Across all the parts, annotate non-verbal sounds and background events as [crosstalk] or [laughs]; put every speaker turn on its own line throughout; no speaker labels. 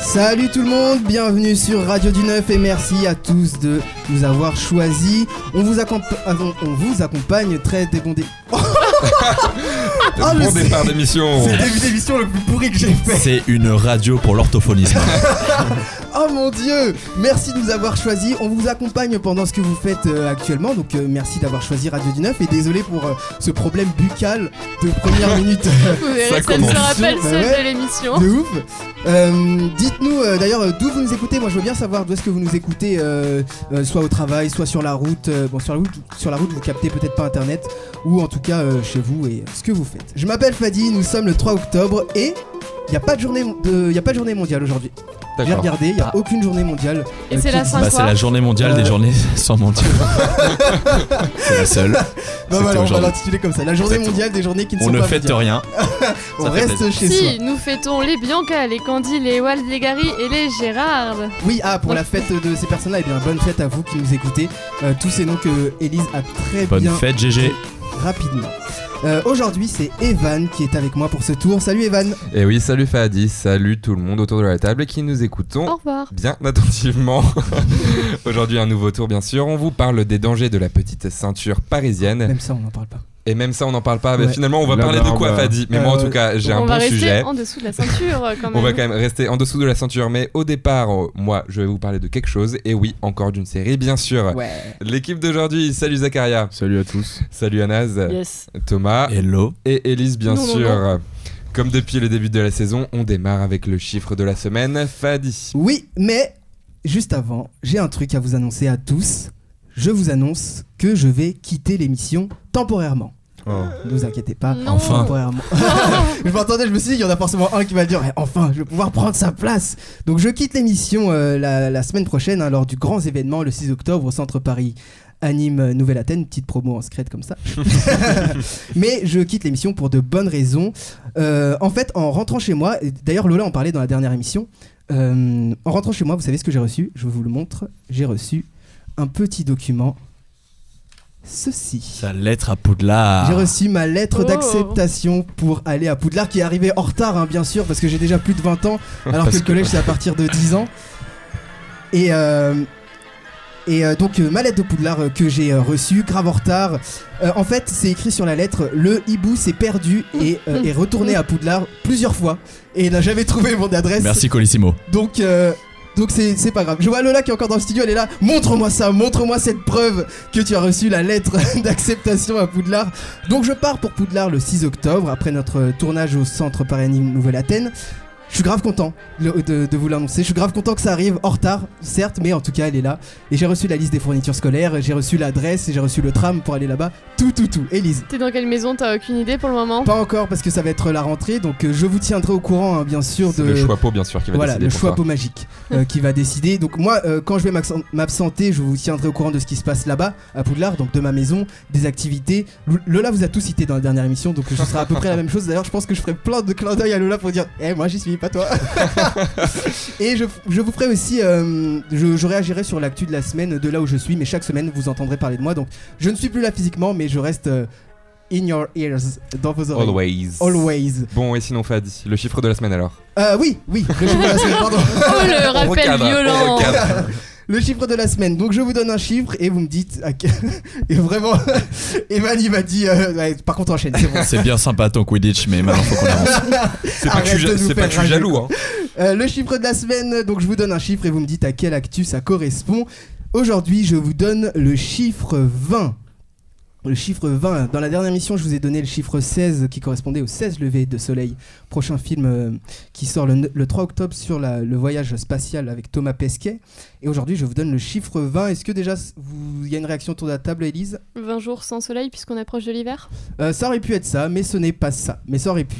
Salut tout le monde, bienvenue sur Radio du Neuf et merci à tous de nous avoir choisis. On vous, accomp- ah non, on vous accompagne très débondé. [laughs] Ah,
bon
mais
départ d'émission.
C'est le début d'émission le plus pourri que j'ai fait.
C'est une radio pour l'orthophonisme.
Oh mon dieu Merci de nous avoir choisis. On vous accompagne pendant ce que vous faites euh, actuellement. Donc euh, merci d'avoir choisi Radio du Neuf et désolé pour euh, ce problème buccal de première minute.
Vous verrez,
Ça
ça, ne
commence.
sera pas le
Bah
seul
ouais.
de l'émission.
De ouf. Euh, Dites-nous euh, d'ailleurs euh, d'où vous nous écoutez. Moi, je veux bien savoir d'où est-ce que vous nous écoutez, euh, euh, soit au travail, soit sur la route. Euh, bon, sur la route, sur la route, vous captez peut-être pas Internet, ou en tout cas euh, chez vous et euh, ce que vous faites. Je m'appelle Fadi. Nous sommes le 3 octobre et il n'y a pas de journée, mon- de, y a pas de journée mondiale aujourd'hui. J'ai
D'accord.
regardé, il n'y
Ah.
a aucune journée mondiale.
Et
Euh,
c'est
qui
la
dit-
bah, c'est la
5
journée mondiale
Euh.
des journées sans
[laughs]
mentir. c'est la seule.
Bah
C'était
voilà, on va
aujourd'hui.
l'intituler comme ça. La journée
Exactement.
mondiale des journées qui ne
On
sont
ne
pas
fête
mondiales.
rien.
On
ça fait
reste chez soi.
Si, nous fêtons les Bianca, les Candy, les Wald, les Gary et les Gérard.
Oui, ah, pour la fête de ces personnes-là, et bien bonne fête à vous qui nous écoutez. Euh, tous ces noms que Elise a très
Bonne
bien
fête, GG.
rapidement. Euh, Aujourd'hui, c'est Evan qui est avec moi pour ce tour. Salut Evan.
Et Eh oui, salut Fadi, salut tout le monde autour de la table et qui nous écoutons
Au revoir.
bien
[laughs]
attentivement. Aujourd'hui, un nouveau tour, bien sûr. On vous parle des dangers de la petite ceinture
[laughs]
parisienne.
Même ça, on n'en parle pas.
Et même ça, on n'en parle pas. Mais
Ouais.
finalement, on va
La
parler de quoi,
barbe.
Fadi Mais
Euh,
moi, en tout cas, j'ai
on
un
va
bon
rester
sujet.
en dessous de la ceinture euh, quand même.
On va quand même rester en dessous de la ceinture, mais au départ, euh, moi, je vais vous parler de quelque chose, et oui, encore d'une série, bien sûr.
Ouais.
L'équipe d'aujourd'hui, salut Zakaria,
Salut à tous.
salut Anaz,
[laughs] Yes.
Ah.
Thomas,
Hello.
et Elise bien
Non, non,
sûr.
non.
Comme depuis le début de la saison, on démarre avec le chiffre de la semaine, Fadi.
Oui, mais juste avant, j'ai un truc à vous annoncer à tous. Je vous annonce que je vais quitter l'émission temporairement. Ne vous inquiétez pas.
Non.
Enfin.
Temporairement.
Oh,
je m'entendais, je me suis dit, il y en a forcément un qui va dire, Eh, enfin, je vais pouvoir prendre sa place. Donc je quitte l'émission euh, la, la semaine prochaine, hein, lors du grand événement le 6 octobre au Centre Paris. Anime euh, Nouvelle Athènes, petite promo en secrète comme ça. [laughs] Mais je quitte l'émission pour de bonnes raisons. Euh, en fait, en rentrant chez moi, et d'ailleurs Lola en parlait dans la dernière émission, euh, en rentrant chez moi, vous savez ce que j'ai reçu Je vous le montre. J'ai reçu un petit document. Ceci.
Sa lettre à Poudlard.
J'ai reçu ma lettre
Oh.
d'acceptation pour aller à Poudlard qui est arrivée en retard, hein, bien sûr, parce que j'ai déjà plus de 20 ans, alors que
Parce
le collège c'est à partir de 10 ans. Et, euh, et euh, donc, euh, ma lettre de Poudlard euh, que j'ai euh, reçue, grave en retard. Euh, en fait, c'est écrit sur la lettre le hibou s'est perdu et euh, est retourné à Poudlard plusieurs fois et n'a jamais trouvé mon adresse.
Merci Colissimo.
Donc, euh, donc c'est c'est pas grave. Je vois Lola qui est encore dans le studio, elle est là. Montre-moi ça, montre-moi cette preuve que tu as reçu la lettre [laughs] d'acceptation à Poudlard. Donc je pars pour Poudlard le 6 octobre, après notre tournage au centre Paris Anime Nouvelle-Athènes. Je suis grave content le- de, de vous l'annoncer. Je suis grave content que ça arrive en retard, certes, mais en tout cas, elle est là. Et j'ai reçu la liste des fournitures scolaires, j'ai reçu l'adresse, et j'ai reçu le tram pour aller là-bas. Tout, tout, tout. Élise.
T'es dans quelle maison T'as aucune idée pour le moment
Pas encore parce que ça va être la rentrée, donc euh, je vous tiendrai au courant, hein, bien sûr, de,
Le choix pot, bien sûr, qui va
voilà,
décider
le
pour
choix
toi.
peau magique
[laughs]
euh, qui va décider. Donc moi, euh, quand je vais m'absen- m'absenter, je vous tiendrai au courant de ce qui se passe là-bas, à Poudlard, donc de ma maison, des activités. L- Lola vous a tout cité dans la dernière émission, donc ce sera à peu près la même chose. D'ailleurs, je pense que je ferai plein de clins d'œil à Lola pour dire « Eh, moi j'y suis, pas
[laughs]
toi !» Et je, je vous ferai aussi... euh, je, je réagirai sur l'actu de la semaine, de là où je suis, mais chaque semaine, vous entendrez parler de moi. Donc je ne suis plus là physiquement, mais je reste... euh, In your ears, dans vos oreilles.
Always.
Always.
Bon, et sinon, Fadi, le chiffre de la semaine alors
Euh, oui, oui, le chiffre de la semaine, pardon. [laughs]
Oh le rappel
recadre, on
violent
recadre.
Le chiffre de la semaine. Donc je vous donne un chiffre et vous me dites. à que- [laughs] Et vraiment, Evan il m'a dit. euh, ouais, par contre, enchaîne, c'est bon. [laughs]
C'est bien sympa ton Quidditch, mais maintenant faut qu'on avance.
C'est pas que
Arrête
je suis
de
ja-
nous
c'est pas
faire
que je suis
rager.
jaloux, hein.
Euh, le chiffre de la semaine. Donc je vous donne un chiffre et vous me dites à quel actu ça correspond. Aujourd'hui, je vous donne le chiffre 20. Le chiffre 20. Dans la dernière mission, je vous ai donné le chiffre 16 qui correspondait au 16 levées de soleil. Prochain film euh, qui sort le, ne- le 3 octobre sur la- le voyage spatial avec Thomas Pesquet. Et aujourd'hui, je vous donne le chiffre 20. Est-ce que déjà, vous- il y a une réaction autour de la table, Elise
20 jours sans soleil puisqu'on approche de l'hiver
Euh, ça aurait pu être ça, mais ce n'est pas ça. Mais ça aurait pu.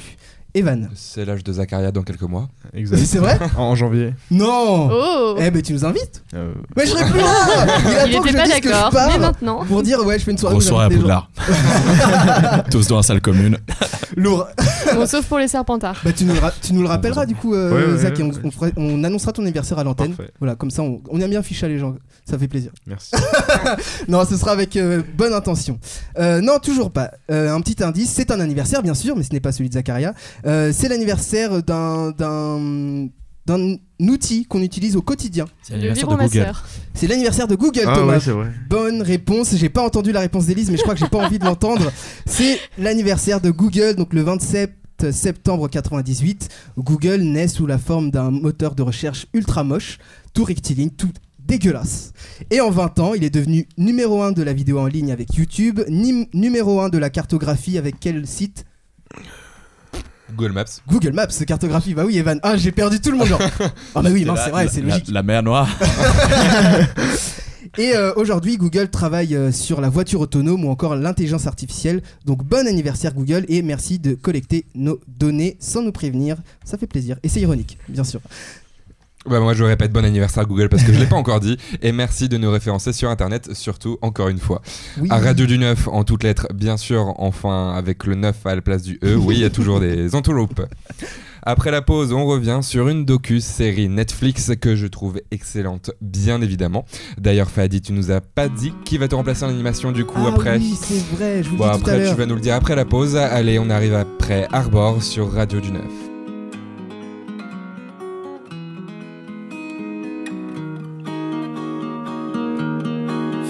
Evan.
C'est l'âge de Zakaria dans quelques mois.
Exact.
C'est
[laughs]
vrai
[laughs] en, en janvier.
Non
Oh
Eh ben tu nous invites
Euh,
Mais je serais plus là Il
[laughs] Il
attend que
était
je
pas
dise que je
d'accord, mais
pars
maintenant.
pour dire ouais je fais une soirée.
Grosse
vous
soirée à
invitez les gens.
Poudlard. Tous dans la salle commune.
Lourd.
Bon, sauf pour les serpentards.
Bah tu nous, le ra- tu nous le rappelleras du coup euh,
Ouais, ouais,
Zach et on,
ouais.
on fera- on annoncera ton anniversaire à l'antenne.
Parfait.
Voilà comme ça on, on aime bien ficher les gens, ça fait plaisir.
merci.
Non, ce sera avec euh, bonne intention. Euh, non, toujours pas. Euh, un petit indice, c'est un anniversaire bien sûr, mais ce n'est pas celui de Zacharia. Euh, c'est l'anniversaire d'un d'un d'un outil qu'on utilise au quotidien.
C'est
Le
l'anniversaire de Google.
vibromasseur.
C'est l'anniversaire de Google,
Ah
Thomas.
ouais, c'est vrai.
Bonne réponse. J'ai pas entendu la réponse d'Élise, mais je crois que j'ai pas envie de l'entendre. C'est l'anniversaire de Google, donc le 27 septembre 98. Google naît sous la forme d'un moteur de recherche ultra moche, tout rectiligne, tout dégueulasse. Et en 20 ans, il est devenu numéro 1 de la vidéo en ligne avec YouTube, ni- numéro 1 de la cartographie avec quel site
Google Maps.
Google Maps, cartographie. Bah oui, Evan. Ah, j'ai perdu tout le
[laughs]
monde. genre. Ah bah oui, mince, c'est vrai, c'est logique.
La, mer noire.
Et euh, aujourd'hui, Google travaille euh, sur la voiture autonome ou encore l'intelligence artificielle. Donc bon anniversaire Google et merci de collecter nos données sans nous prévenir. Ça fait plaisir. Et c'est ironique, bien sûr.
Bah, moi, je répète bon anniversaire Google parce que je l'ai pas encore dit. Et merci de nous référencer sur Internet, surtout encore une fois.
Oui.
À Radio du 9, en toutes lettres, bien sûr, enfin, avec le 9 à la place du E, oui, il y a
[laughs]
toujours des entourloupes. Après la pause, on revient sur une docu-série Netflix que je trouve excellente, bien évidemment. D'ailleurs, Fadi, tu nous as pas dit qui va te remplacer en animation du coup
Ah
après.
oui, c'est vrai, je vous
Bon,
le dis tout à
après, tu
l'heure.
vas nous le dire après la pause. Allez, on arrive après Arbor sur Radio du 9.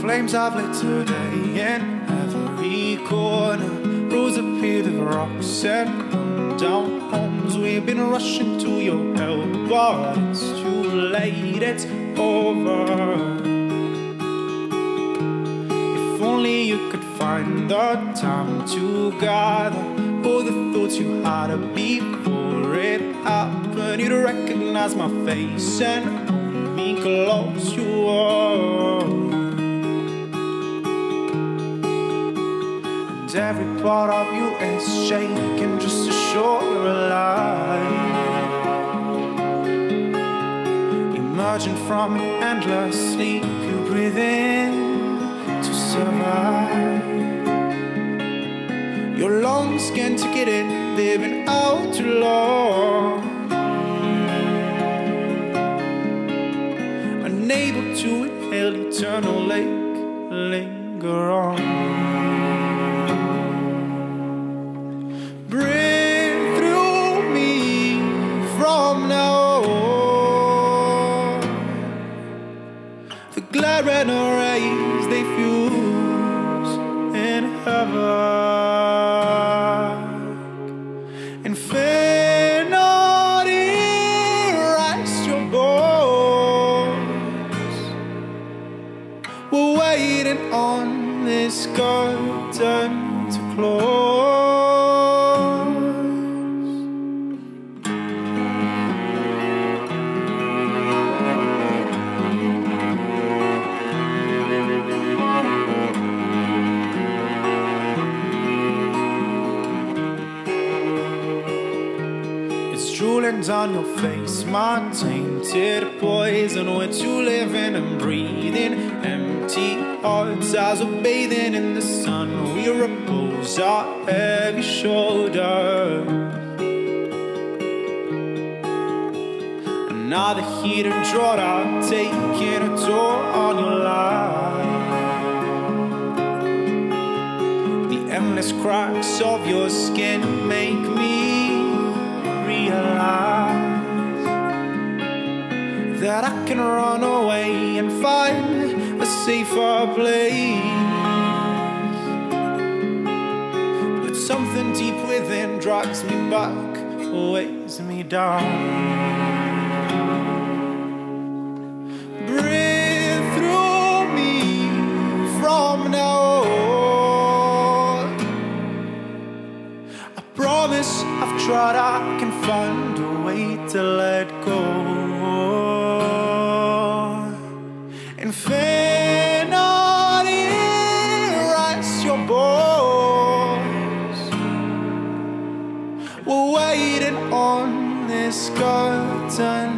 Flames I've lit today in every corner. Roads appear the rocks and down homes. We've been rushing to your help, but it's too late. It's over. If only you could find the time to gather all the thoughts you had before it happened. You'd recognize my face and hold me close. You are. And every part of you is shaking just to show you're alive. Emerging from an endless sleep, you breathe in to survive. Your lungs can't take it in, they've been out too long. Unable to inhale eternal lake, linger on. Breathe through me from now on. The glaring rays they fuse in havoc. And fear not erase your bones. We're waiting on this curtain to close. It's drooling down your face, my tainted poison. We're two living and breathing empty hearts. Eyes are bathing in the sun. We repose our heavy shoulders. And now the heat and drought are taking a toll on your life. The endless cracks of your skin make me realize that I can run away and find a safer place. But something deep within drags me back, weighs me down. Breathe through me from now on. I promise I've tried, I can find a way to let go. And fear not erase your bones. We're waiting on this curtain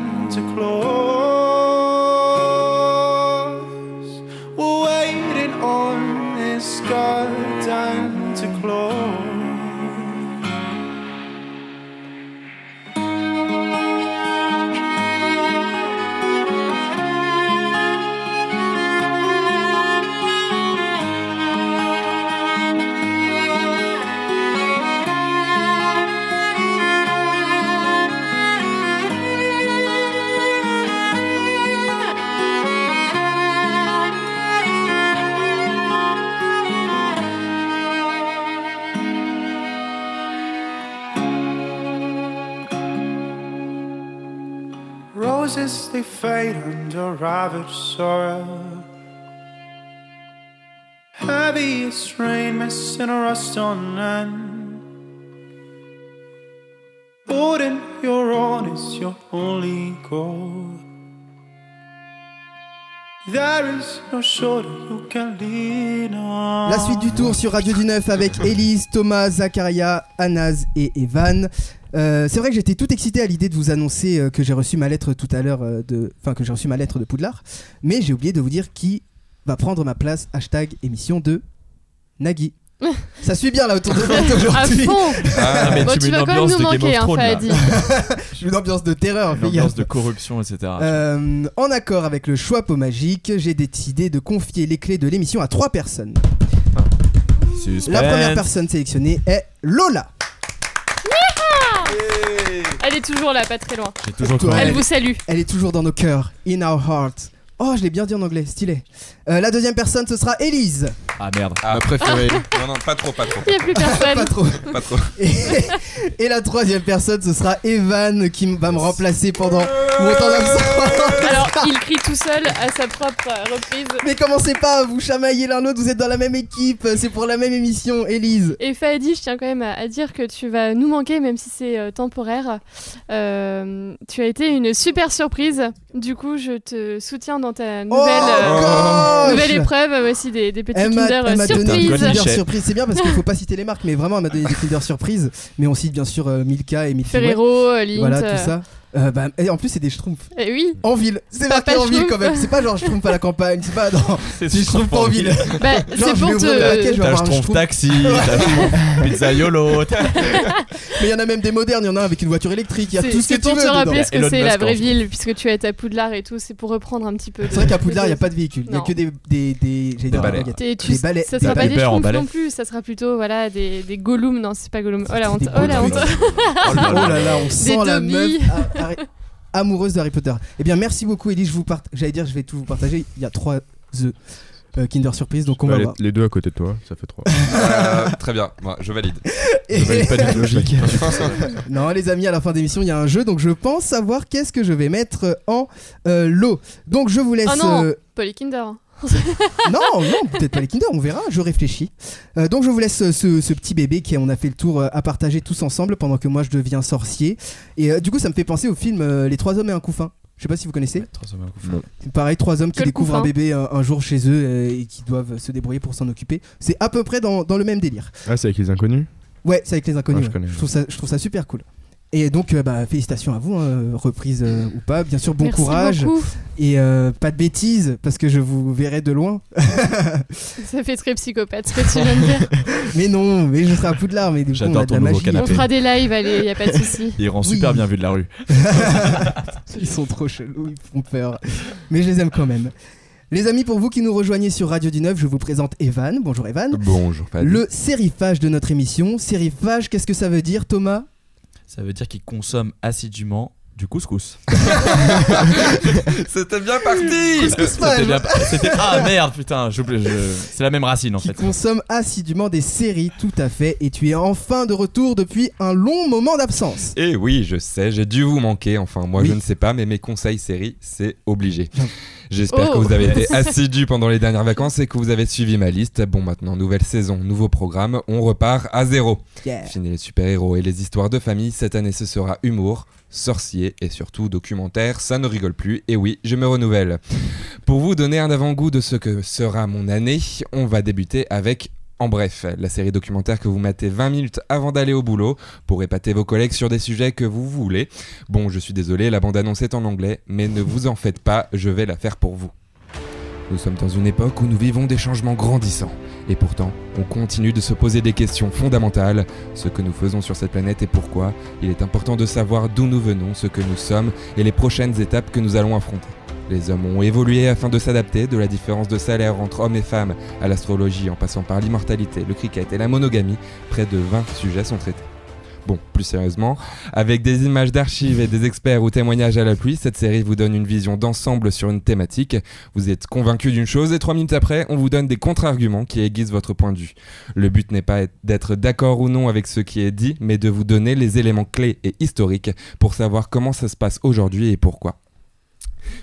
Once they fade under ravaged soil. Heaviest rain, missing a rust on end. Holding your own is your only goal. There is no shoulder you can lean on.
La suite du tour sur Radio du Neuf avec Elise, Thomas, Zacharia, Anas et Evan. Euh, c'est vrai que j'étais tout excité à l'idée de vous annoncer euh, que j'ai reçu ma lettre tout à l'heure euh, de, enfin que j'ai reçu ma lettre de Poudlard, mais j'ai oublié de vous dire qui va prendre ma place. Hashtag émission de Nagui.
[laughs]
Ça suit bien là autour de moi [laughs]
À
aujourd'hui.
fond
Ah,
mais
Bon,
tu
tu
mets
vas
une
quand même
ambiance
nous
de Game of
manquer, hein,
Thrones. là.
Fahadi.
Je suis une ambiance de terreur.
Une
fais
ambiance
gaffe.
de corruption, etc.
Euh, en accord avec le choix pot magique, j'ai décidé de confier les clés de l'émission à trois personnes.
Suspense.
La première personne sélectionnée est Lola.
Elle est toujours là, pas très loin.
J'ai toujours
Toi.
cru en
Elle
Ouais.
vous salue.
Elle est toujours dans nos cœurs, in our hearts. Oh, je l'ai bien dit en anglais, stylé. Euh, la deuxième personne, ce sera Elise.
Ah merde.
Ah.
Ma préférée.
[laughs] Non, non, pas trop, pas trop,
Il n'y a plus
[laughs] Pas
personne.
trop. [laughs]
pas trop.
Et, et la troisième personne, ce sera Evan qui m- va me remplacer pendant mon temps d'absence. [laughs]
Alors, il crie tout seul à sa propre euh, reprise.
Mais commencez pas à vous chamailler l'un l'autre, vous êtes dans la même équipe, c'est pour la même émission, Elise.
Et Fahadi, je tiens quand même à, à dire que tu vas nous manquer, même si c'est euh, temporaire. Euh, tu as été une super surprise. Du coup, je te soutiens dans ta nouvelle, euh,
Oh, gosh
nouvelle épreuve. Voici des, des petits
Elle m'a,
Kinder
elle
euh,
m'a donné des
surprises.
Golden
Kinder
Shake.
surprises. C'est bien parce qu'il faut pas citer les marques, mais vraiment, elle m'a donné des Kinder surprises. Mais on cite bien sûr euh, Milka et Milky Way.
Ferrero, euh, Lindt.
Voilà,
euh,
tout ça. Euh, bah, et en plus, c'est des schtroumpfs.
eh oui,
En ville. C'est
Pas-
marqué
pas
en ville
Schtroumpf.
quand même. C'est pas genre schtroumpf à la campagne. C'est pas dans.
[laughs] C'est
Si je trouve pas en ville. [laughs]
Bah,
Genre,
c'est
je
pour
vais ouvrir le paquet, je
te.
vais
T'as
avoir
je
un
trouve
Schtroumpf.
taxi, t'as je trouve
[laughs]
pizza yolo, t'as-
Mais il y en a même des modernes. Il y en a un avec une voiture électrique. Il y a
c'est-
tout ce que
C'est
tu
pour
veux.
te
dedans.
rappeler ce que
Elon
c'est
Musk,
la vraie
en fait.
ville, puisque tu es à ta Poudlard et tout, c'est pour reprendre un petit peu.
C'est vrai qu'à Poudlard, il n'y a pas de véhicule. Il n'y a
Non.
que des. des, des, j'allais dire
balais.
baguettes.
T'es- tu-
Des balais-
ça
des
sera pas des
Uber en
schtroumpfs
balai.
non plus, ça sera plutôt voilà des, des golems. Non, c'est pas golems. Oh la honte,
Des
oh la
gros
honte.
trucs. Oh là là, on sent la
Dobby. [laughs]
meuf a- a- amoureuse de Harry Potter. Eh bien, merci beaucoup, Ellie. Je vous part- J'allais dire, je vais tout vous partager. Il y a trois œufs euh, Kinder Surprise, donc on va
Bah, les,
voir.
les deux à côté de toi, ça fait trois.
Euh, très bien, moi, je valide.
Et-
pas du tout logique.
[laughs] non, les amis, à la fin d'émission, il y a un jeu, donc je pense savoir qu'est-ce que je vais mettre en euh, lot. Donc je vous laisse.
Oh non.
euh,
Pas les Kinder. hein.
non, non, peut-être pas les Kinder, on verra. Je réfléchis. Euh, donc je vous laisse euh, ce, ce petit bébé qui on a fait le tour euh, à partager tous ensemble pendant que moi je deviens sorcier. Et euh, du coup, ça me fait penser au film euh, Les Trois Hommes et un Couffin. Je sais pas si vous connaissez. Pareil, trois hommes qui
Que le
découvrent un
couffin.
bébé un, un jour chez eux euh, et qui doivent se débrouiller pour s'en occuper. C'est à peu près dans, dans le même délire.
Ah, c'est avec les inconnus
Ouais, c'est avec les inconnus.
Ouais, Ah, je
ouais.
connais.
trouve ça, je trouve ça super cool. Et donc, euh, bah, félicitations à vous, hein, reprise euh, ou pas. Bien sûr, bon
Merci
courage
beaucoup.
et euh, pas de bêtises parce que je vous verrai de loin.
Ça fait très psychopathe ce que tu viens de dire.
mais non, mais je serai à Poudlard, mais du coup, on
J'adore
a de
ton
la
nouveau
magie.
On
canapé.
fera des lives, allez, y a pas de souci.
Il rend
Oui.
super bien vu de la rue.
[laughs] Ils sont trop chelous, ils font peur. Mais je les aime quand même. Les amis, pour vous qui nous rejoignez sur Radio du Neuf, je vous présente Evan. Bonjour Evan.
Bonjour, Fadi.
Le sérifage de notre émission. Sérifage, qu'est-ce que ça veut dire, Thomas
Ça veut dire qu'il consomme assidûment du
[laughs]
couscous.
C'était bien parti
C'était bien- c'était- Ah merde, putain, j'oublie. je- C'est la même racine en
Qui
fait.
consomme assidûment des séries, tout à fait, et tu es enfin de retour depuis un long moment d'absence.
Eh oui, je sais, j'ai dû vous manquer. Enfin, moi,
Oui.
je ne sais pas, mais mes conseils séries, c'est obligé. J'espère que
Oh.
vous avez été assidus pendant les dernières vacances et que vous avez suivi ma liste. Bon, maintenant, nouvelle saison, nouveau programme, on repart à zéro.
Yeah.
Fini les super-héros et les histoires de famille, cette année ce sera humour, sorcier et surtout documentaire, ça ne rigole plus, et oui, je me renouvelle. Pour vous donner un avant-goût de ce que sera mon année, on va débuter avec... En bref, la série documentaire que vous matez 20 minutes avant d'aller au boulot pour épater vos collègues sur des sujets que vous voulez. Bon, je suis désolé, la bande-annonce est en anglais, mais ne vous en faites pas, je vais la faire pour vous. Nous sommes dans une époque où nous vivons des changements grandissants. Et pourtant, on continue de se poser des questions fondamentales ce que nous faisons sur cette planète et pourquoi, il est important de savoir d'où nous venons, ce que nous sommes et les prochaines étapes que nous allons affronter. Les hommes ont évolué afin de s'adapter, de la différence de salaire entre hommes et femmes à l'astrologie en passant par l'immortalité, le cricket et la monogamie, près de 20 sujets sont traités. Bon, plus sérieusement, avec des images d'archives et des experts ou témoignages à la pluie, cette série vous donne une vision d'ensemble sur une thématique. Vous êtes convaincu d'une chose et trois minutes après, on vous donne des contre-arguments qui aiguisent votre point de vue. Le but n'est pas d'être d'accord ou non avec ce qui est dit, mais de vous donner les éléments clés et historiques pour savoir comment ça se passe aujourd'hui et pourquoi.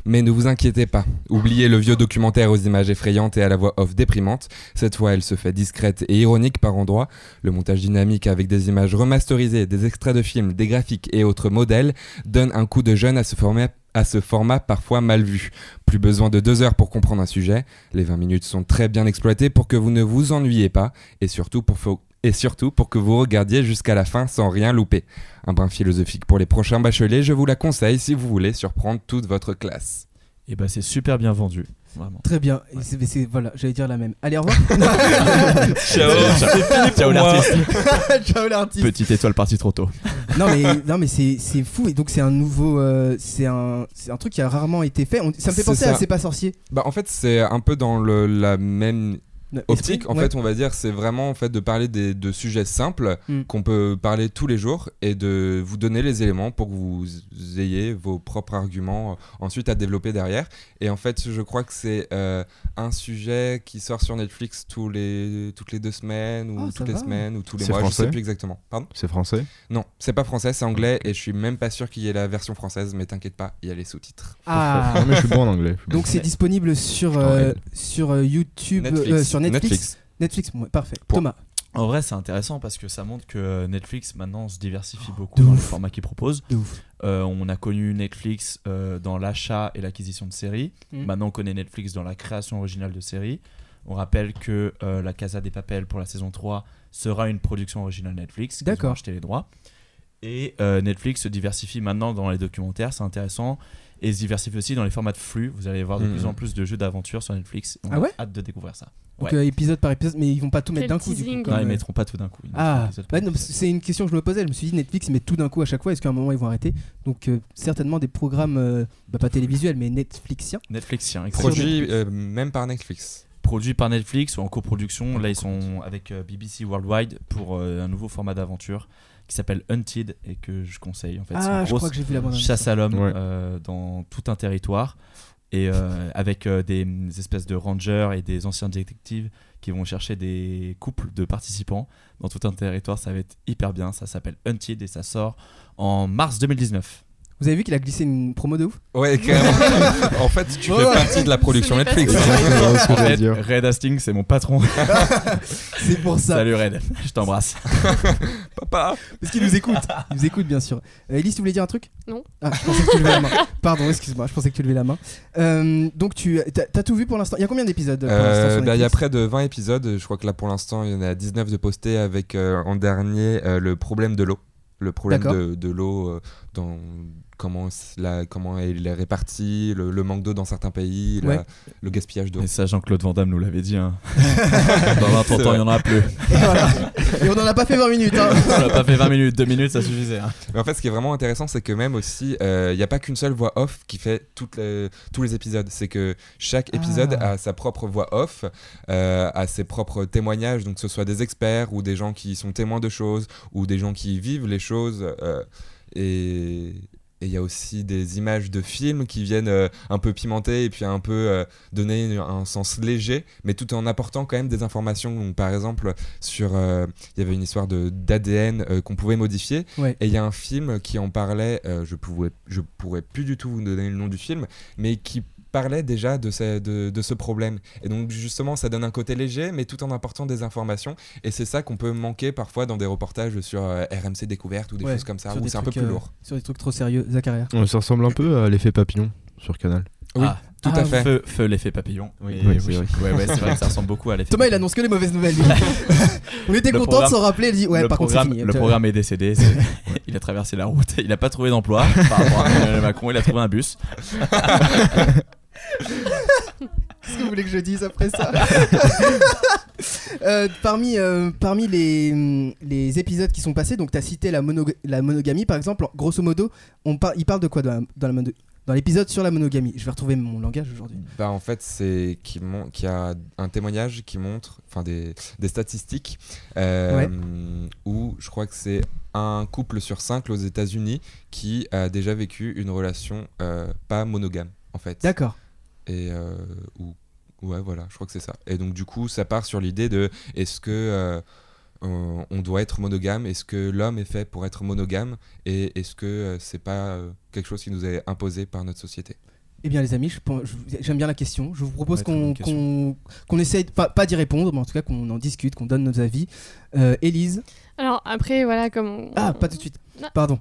Mais ne vous inquiétez pas, oubliez le vieux documentaire aux images effrayantes et à la voix off déprimante. Cette fois, elle se fait discrète et ironique par endroits. Le montage dynamique avec des images remasterisées, des extraits de films, des graphiques et autres modèles donne un coup de jeune à ce format, à ce format parfois mal vu. Plus besoin de deux heures pour comprendre un sujet. Les 20 minutes sont très bien exploitées pour que vous ne vous ennuyiez pas et surtout pour, fo- et surtout pour que vous regardiez jusqu'à la fin sans rien louper. Un brin philosophique pour les prochains bachelets, je vous la conseille si vous voulez surprendre toute votre classe.
Eh
Et
ben,
bah c'est super bien vendu,
[laughs]
vraiment.
Très bien. Et c'est- c'est- voilà, j'allais dire la même. Allez, au revoir.
[laughs]
[laughs]
Ciao,
Ciao l'artiste.
Ciao l'artiste.
Petite étoile partie trop tôt.
non mais non mais c'est c'est fou et donc c'est un nouveau euh, c'est un c'est un truc qui a rarement été fait. On- ça me fait
C'est
penser à
ça.
c'est pas sorcier.
Bah en fait c'est un peu dans le- la même optique.
Esprit,
En
ouais.
fait on va dire c'est vraiment en fait de parler des, de sujets simples
Mm.
qu'on peut parler tous les jours et de vous donner les éléments pour que vous ayez vos propres arguments euh, ensuite à développer derrière. Et en fait je crois que c'est euh, un sujet qui sort sur Netflix tous les toutes les deux semaines ou
Ah, ça
toutes les
va.
semaines ou tous les
C'est
mois. Je sais
français
plus exactement. Pardon.
C'est français
Non, c'est pas français, c'est anglais et je suis même pas sûr qu'il y ait la version française, mais t'inquiète pas, il y a les sous-titres.
Ah.
[laughs]
Non, mais je suis bon en anglais. je suis bon.
Donc c'est disponible sur euh, sur euh, YouTube
Netflix.
euh, sur Netflix.
Netflix.
Netflix, ouais, parfait.
Point.
Thomas.
En vrai, c'est intéressant parce que ça montre que Netflix maintenant se diversifie beaucoup
Oh, de
dans le
ouf.
format qu'il propose.
De ouf.
Euh, on a connu Netflix euh, dans l'achat et l'acquisition de séries.
Mm.
Maintenant, on connaît Netflix dans la création originale de séries. On rappelle que euh, La Casa des Papels pour la saison 3 sera une production originale Netflix. qu'ils ont
D'accord.
acheté les droits. Et euh, Netflix se diversifie maintenant dans les documentaires, c'est intéressant. Et se diversifie aussi dans les formats de flux. Vous allez voir de
Mm.
plus en plus de jeux d'aventure sur Netflix. On
Ah
a
ouais
hâte de découvrir ça.
Donc
Ouais.
euh, épisode par épisode mais ils vont pas tout
Quel
mettre d'un coup du coup.
teasing.
comme,
Non, ils
euh,
mettront pas tout d'un coup. ils mettront
Ah,
épisode par
bah non,
épisode.
c'est une question que je me posais. Je me suis dit, Netflix met tout d'un coup à chaque fois. Est-ce qu'à un moment ils vont arrêter Donc, euh, certainement des programmes, euh, bah, pas télévisuels, mais Netflixiens.
Netflixien, exactement.
Produit euh, même par Netflix.
produit par Netflix ou en coproduction. Là, ils sont avec euh, BBC Worldwide pour euh, un nouveau format d'aventure qui s'appelle Hunted et que je conseille. En fait, C'est
Ah,
une
je crois
grosse
que j'ai vu la bande
chasse à l'homme
Ouais.
euh, dans tout un territoire et euh, avec euh, des, mm, des espèces de rangers et des anciens détectives qui vont chercher des couples de participants dans tout un territoire. Ça va être hyper bien. Ça s'appelle Hunted et ça sort en mars 2019.
Vous avez vu qu'il a glissé une promo de ouf
Ouais, carrément. en fait, tu fais
Ouais.
partie de la production
Ce n'est pas
Netflix.
tout.
[laughs]
Exactement ce que
[laughs]
j'allais dire.
Red Hastings, c'est mon patron.
C'est pour ça.
[laughs] Salut Red, je t'embrasse.
Papa.
Parce qu'il nous écoute. Il nous écoute, bien sûr. Euh, Elise, tu voulais dire un truc
Non.
Ah, je pensais que tu levais la main. Pardon, excuse-moi, je pensais que tu levais la main. Euh, donc, tu t'as t'as tout vu pour l'instant. Il y a combien d'épisodes pour l'instant sur
Euh, bah, Il y a
Netflix
près de 20 épisodes. Je crois que là, pour l'instant, il y en a 19 de postés avec euh, en dernier euh, le problème de l'eau. Le problème
D'accord.
de, de l'eau euh, dans comment, s- la, comment elle est répartie, le, le manque d'eau dans certains pays, la-
Ouais.
le gaspillage d'eau.
Et ça, Jean-Claude Van Damme nous l'avait dit. hein. [laughs] Dans 20 30 ans, il n'y en aura plus.
Et, [laughs] voilà. Et on en a pas fait 20 minutes. hein.
On l'a pas fait 20 minutes, 2 minutes, ça suffisait. hein.
Mais en fait, ce qui est vraiment intéressant, c'est que même aussi, euh, il n'y a pas qu'une seule voix off qui fait toutes les- tous les épisodes. C'est que chaque épisode
Ah.
a sa propre voix off, euh, a ses propres témoignages, donc que ce soit des experts ou des gens qui sont témoins de choses ou des gens qui vivent les choses. euh, et. et il y a aussi des images de films qui viennent euh, un peu pimenter et puis un peu euh, donner une- un sens léger, mais tout en apportant quand même des informations. Donc, par exemple, sur, euh, il y avait une histoire de- d'ADN euh, qu'on pouvait modifier.
Ouais.
Et il y a un film qui en parlait, euh, je pouvais, je pourrais plus du tout vous donner le nom du film, mais qui parlait déjà de ce, de, de ce problème. Et donc justement, ça donne un côté léger, mais tout en apportant des informations. Et c'est ça qu'on peut manquer parfois dans des reportages sur euh, RMC Découverte ou des
Ouais,
choses comme ça,
sur
où
des
c'est un peu
trucs,
plus
euh,
lourd.
Sur des trucs trop sérieux, Zacharia.
Ouais, Euh, Ça ressemble un peu à l'effet papillon sur Canal.
Oui,
Ah,
tout
ah,
à fait.
Feu, feu l'effet papillon. Oui,
Oui,
oui,
c'est vrai.
Ouais, ouais, c'est vrai que ça ressemble beaucoup à l'effet.
Thomas, il
papillon.
annonce que les mauvaises nouvelles. [laughs] lui. on était
Le
content de
programme-
s'en rappeler. Il dit Ouais,
le
par contre, c'est
programme,
fini. Euh,
le
Tu-
programme est
[laughs]
décédé. c'est- Il a traversé la route. Il n'a pas trouvé d'emploi. Par rapport à Emmanuel Macron, il a trouvé un bus.
Qu'est-ce que vous voulez que je dise après ça Euh, parmi euh, parmi les, hum, les épisodes qui sont passés, donc tu as cité la, mono- la monogamie par exemple. Grosso modo, on par- il parle de quoi dans, la- dans la mono- dans l'épisode sur la monogamie Je vais retrouver mon langage aujourd'hui.
Bah, en fait, c'est qu'il mon- qu'il y a un témoignage qui montre, enfin des, des statistiques, euh,
Ouais.
où je crois que c'est un couple sur cinq aux États-Unis qui a déjà vécu une relation euh, pas monogame, en fait.
D'accord.
Et euh, ou- ouais, voilà, je crois que c'est ça. Et donc du coup, ça part sur l'idée de est-ce que euh, on on doit être monogame Est-ce que l'homme est fait pour être monogame Et est-ce que euh, c'est pas euh, quelque chose qui nous est imposé par notre société
Eh bien, les amis, je pense- je- j'aime bien la question. Je vous propose
Ouais, très
qu'on
bonne question.
qu'on qu'on essaye de pas, pas d'y répondre, mais en tout cas qu'on en discute, qu'on donne nos avis. Euh, Élise.
Alors après, voilà, comme. on-
Ah, pas tout de suite.
Non.
Pardon.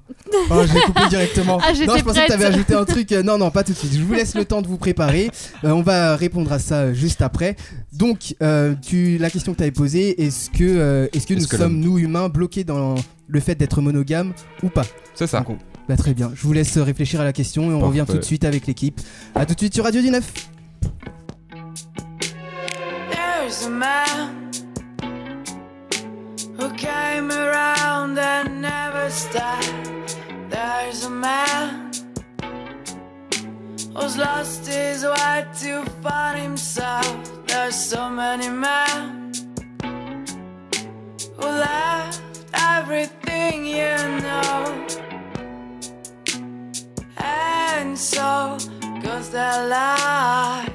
Oh, je l'ai coupé
[laughs]
directement.
Ah, j'étais
non, je pensais que
prête.
t'avais ajouté un truc. Euh, Non, non, pas tout de suite. Je vous laisse le temps de vous préparer. Euh, on va répondre à ça euh, juste après. Donc, euh, tu, la question que t'avais posée, est-ce que, euh, est-ce que
Est-ce
nous
que
sommes, nous humains, bloqués dans le fait d'être monogame ou pas
C'est ça.
En gros. Bah, très bien. Je vous laisse réfléchir à la question et on
Parfait.
revient tout de suite avec l'équipe. À tout de suite sur Radio du 9.
There's a man who came around and never stopped. There's a man who's lost his way to find himself. There's so many men who left everything you know. And so goes their life.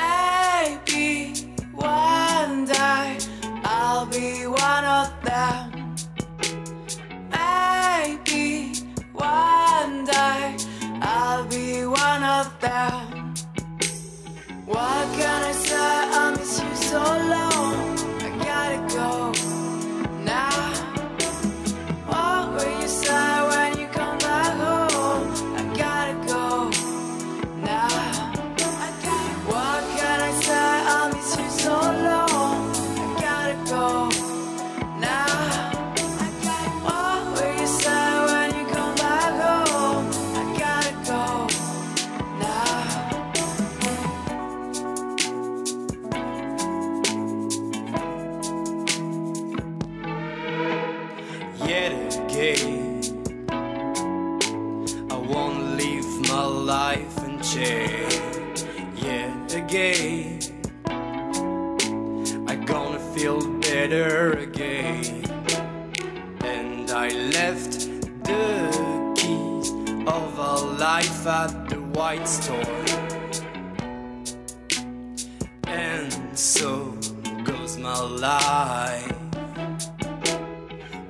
Maybe one day I'll be one of them. Maybe one day I'll be one of them. What can I say? I miss you so long. I gotta go now. What will you say when you come back home? I gotta go now. What can I say? I miss you so long. I gotta go now. What will you say when you come back home? I gotta go now.
yet again. I won't live my life in chain yet again. I'm gonna feel better again. And I left the keys of our life at the white store. And so goes my life.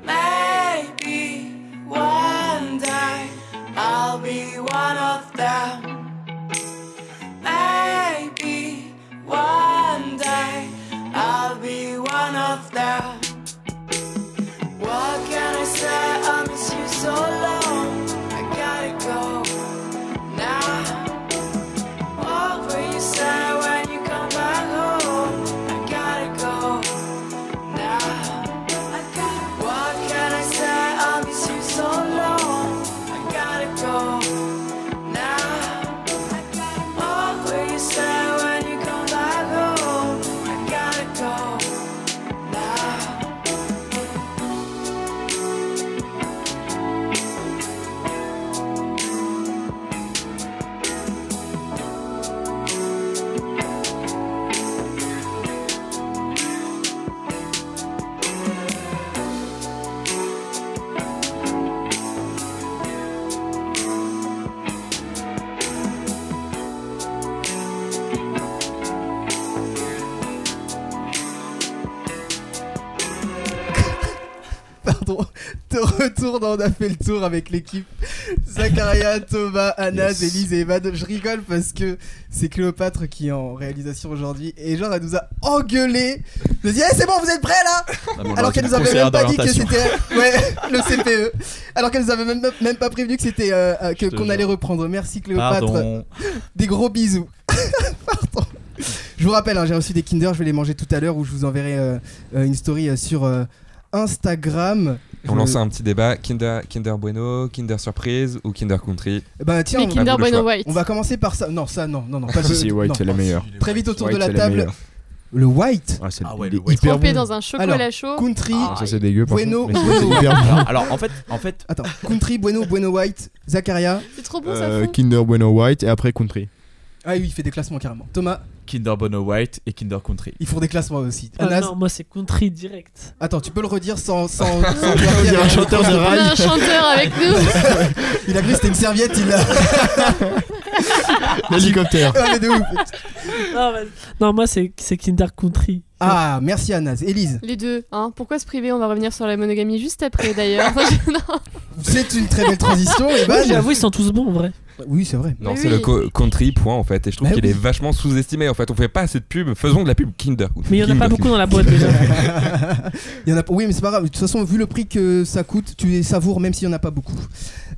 Maybe one day I'll be one of them. Maybe one day I'll be one of them. What can I say? I miss you so long. I gotta go now. What will you say when you come back home? I gotta go now. What can I say? I miss you so long. I gotta go now. What will you say when you come back home? I gotta go now.
Pardon. De retour dans On a fait le tour avec l'équipe. Zakaria, Thomas, Anas,
Yes.
Elise et Evan. Je rigole parce que c'est Cléopâtre qui est en réalisation aujourd'hui. Et genre, elle nous a engueulé. Je dis, eh, c'est bon, vous êtes prêts là Alors qu'elle nous avait même pas dit que c'était ouais, le CPE. Alors qu'elle nous avait même, même pas prévenu que c'était euh, euh, que-
Je te
qu'on
jure.
allait reprendre. Merci Cléopâtre.
Pardon.
Des gros bisous. [laughs] Pardon. Je vous rappelle, hein, j'ai reçu des Kinder, je vais les manger tout à l'heure ou je vous enverrai euh, euh, une story euh, sur euh, Instagram.
On
Je-
lance un petit débat Kinder, Kinder Bueno, Kinder Surprise ou Kinder Country
Bah tiens,
Mais
on,
Kinder
vous le
Bueno
choix.
White.
on va commencer par ça. Non, ça, non, non, non. Pas
Si,
de-
si, White,
Bah, non.
c'est la meilleure.
Très vite autour
White,
de la
c'est
table,
meilleure.
le white,
Ah, c'est
Ah ouais,
il
le
est
White.
hyper
Trempé
bon.
dans un chocolat chaud.
country,
Ah,
Ça, c'est dégueu. par
Bueno,
contre, mais c'est
Bueno.
hyper bon.
Alors, alors, en fait, en fait,
attends, country, bueno, bueno, white, Zacharia.
C'est trop bon ça.
Euh,
fond.
Kinder Bueno White et après Country.
Ah oui, il fait des classements carrément. Thomas,
Kinder Bono White et Kinder Country.
ils font des classements aussi.
Ah
Anas,
non, moi c'est country direct.
attends, tu peux le redire sans
[laughs]
sans. sans dire
Il y a un chanteur de
On
rap.
a un chanteur avec nous.
Il a cru que c'était une serviette, il l'a. [laughs]
L'hélicoptère.
Ah, mais de ouf.
[laughs] Non, vas-y. non moi c'est c'est kinder country.
Ah, merci Anas. Élise,
Les deux, hein. Pourquoi se priver On va revenir sur la monogamie juste après d'ailleurs. [laughs] Non.
c'est une très belle transition.
Ouais,
Evan,
J'avoue, ils sont tous bons en vrai.
Oui, c'est vrai.
Non,
Mais
c'est
oui.
le co- country, point en fait. Et je trouve
Bah
qu'il
oui.
est vachement sous-estimé en fait. On fait pas assez de pub, faisons de la pub Kinder.
Mais il y en a pas
Kinder.
beaucoup dans la boîte déjà.
[laughs] Il y en a pas- Oui, mais c'est pas grave. De toute façon, vu le prix que ça coûte, tu les savoures même s'il y en a pas beaucoup.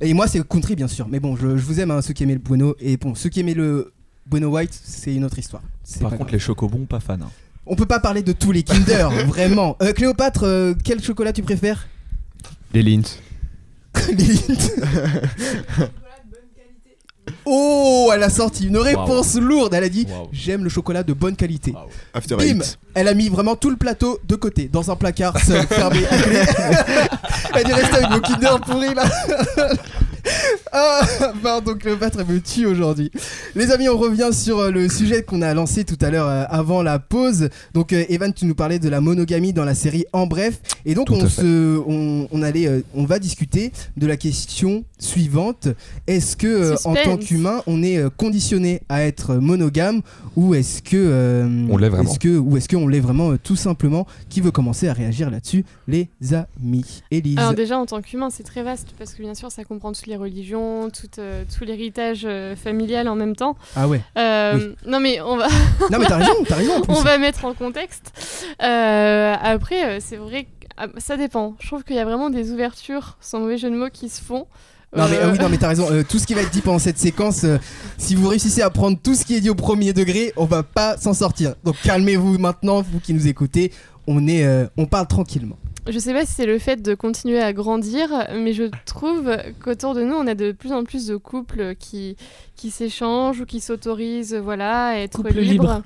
Et moi, c'est country, bien sûr. Mais bon, je, je vous aime, hein, ceux qui aimaient le Bueno. Et bon, ceux qui aimaient le Bueno White, c'est une autre histoire. C'est
Par
pas
contre,
grave.
les chocobons, pas fan. hein.
On peut pas parler de tous les
[laughs]
Kinder, vraiment. Euh, Cléopâtre, euh, quel chocolat tu préfères [laughs]
Les Lint.
Les Lindt. Oh, elle a sorti une réponse lourde. Elle a dit
Waouh.
J'aime le chocolat de bonne qualité.
After
Bim
Eight.
Elle a mis vraiment tout le plateau de côté, dans un placard
[laughs]
seul, fermé. [laughs] à clé. elle a dit restez avec vos Kinder pourris là. [laughs] ah, pardon, Cléopâtre, elle me tue aujourd'hui. Les amis, on revient sur euh, le sujet qu'on a lancé tout à l'heure euh, avant la pause. Donc, euh, Evan, tu nous parlais de la monogamie dans la série En Bref. Et donc,
Tout à
on,
fait.
se, on, on allait, euh, on va discuter de la question suivante. Est-ce que, euh, en
Suspense.
tant qu'humain, on est euh, conditionné à être monogame ou est-ce que euh,
On l'est vraiment.
est-ce que- ou est-ce qu'on l'est vraiment euh, tout simplement Qui veut commencer à réagir là-dessus Les amis. Élise.
Alors déjà en tant qu'humain c'est très vaste parce que bien sûr ça comprend toutes les religions, tout, euh, tout l'héritage euh, familial en même temps.
Ah ouais.
Euh, Non mais
[laughs]
on va,
Non mais t'as raison, t'as raison. en plus.
[laughs] on va mettre en contexte. Euh, après euh, c'est vrai que ah, ça dépend. Je trouve qu'il y a vraiment des ouvertures sans mauvais jeu de mots qui se font.
Non mais,
Euh,
euh, oui, non, mais t'as raison. Euh, tout ce qui va être dit pendant cette séquence, euh, si vous réussissez à prendre tout ce qui est dit au premier degré, on va pas s'en sortir. Donc calmez-vous maintenant, vous qui nous écoutez. On est, euh, on parle tranquillement.
Je sais pas si c'est le fait de continuer à grandir, mais je trouve qu'autour de nous, on a de plus en plus de couples qui, qui s'échangent ou qui s'autorisent voilà, à être
Couple
libres.
libre.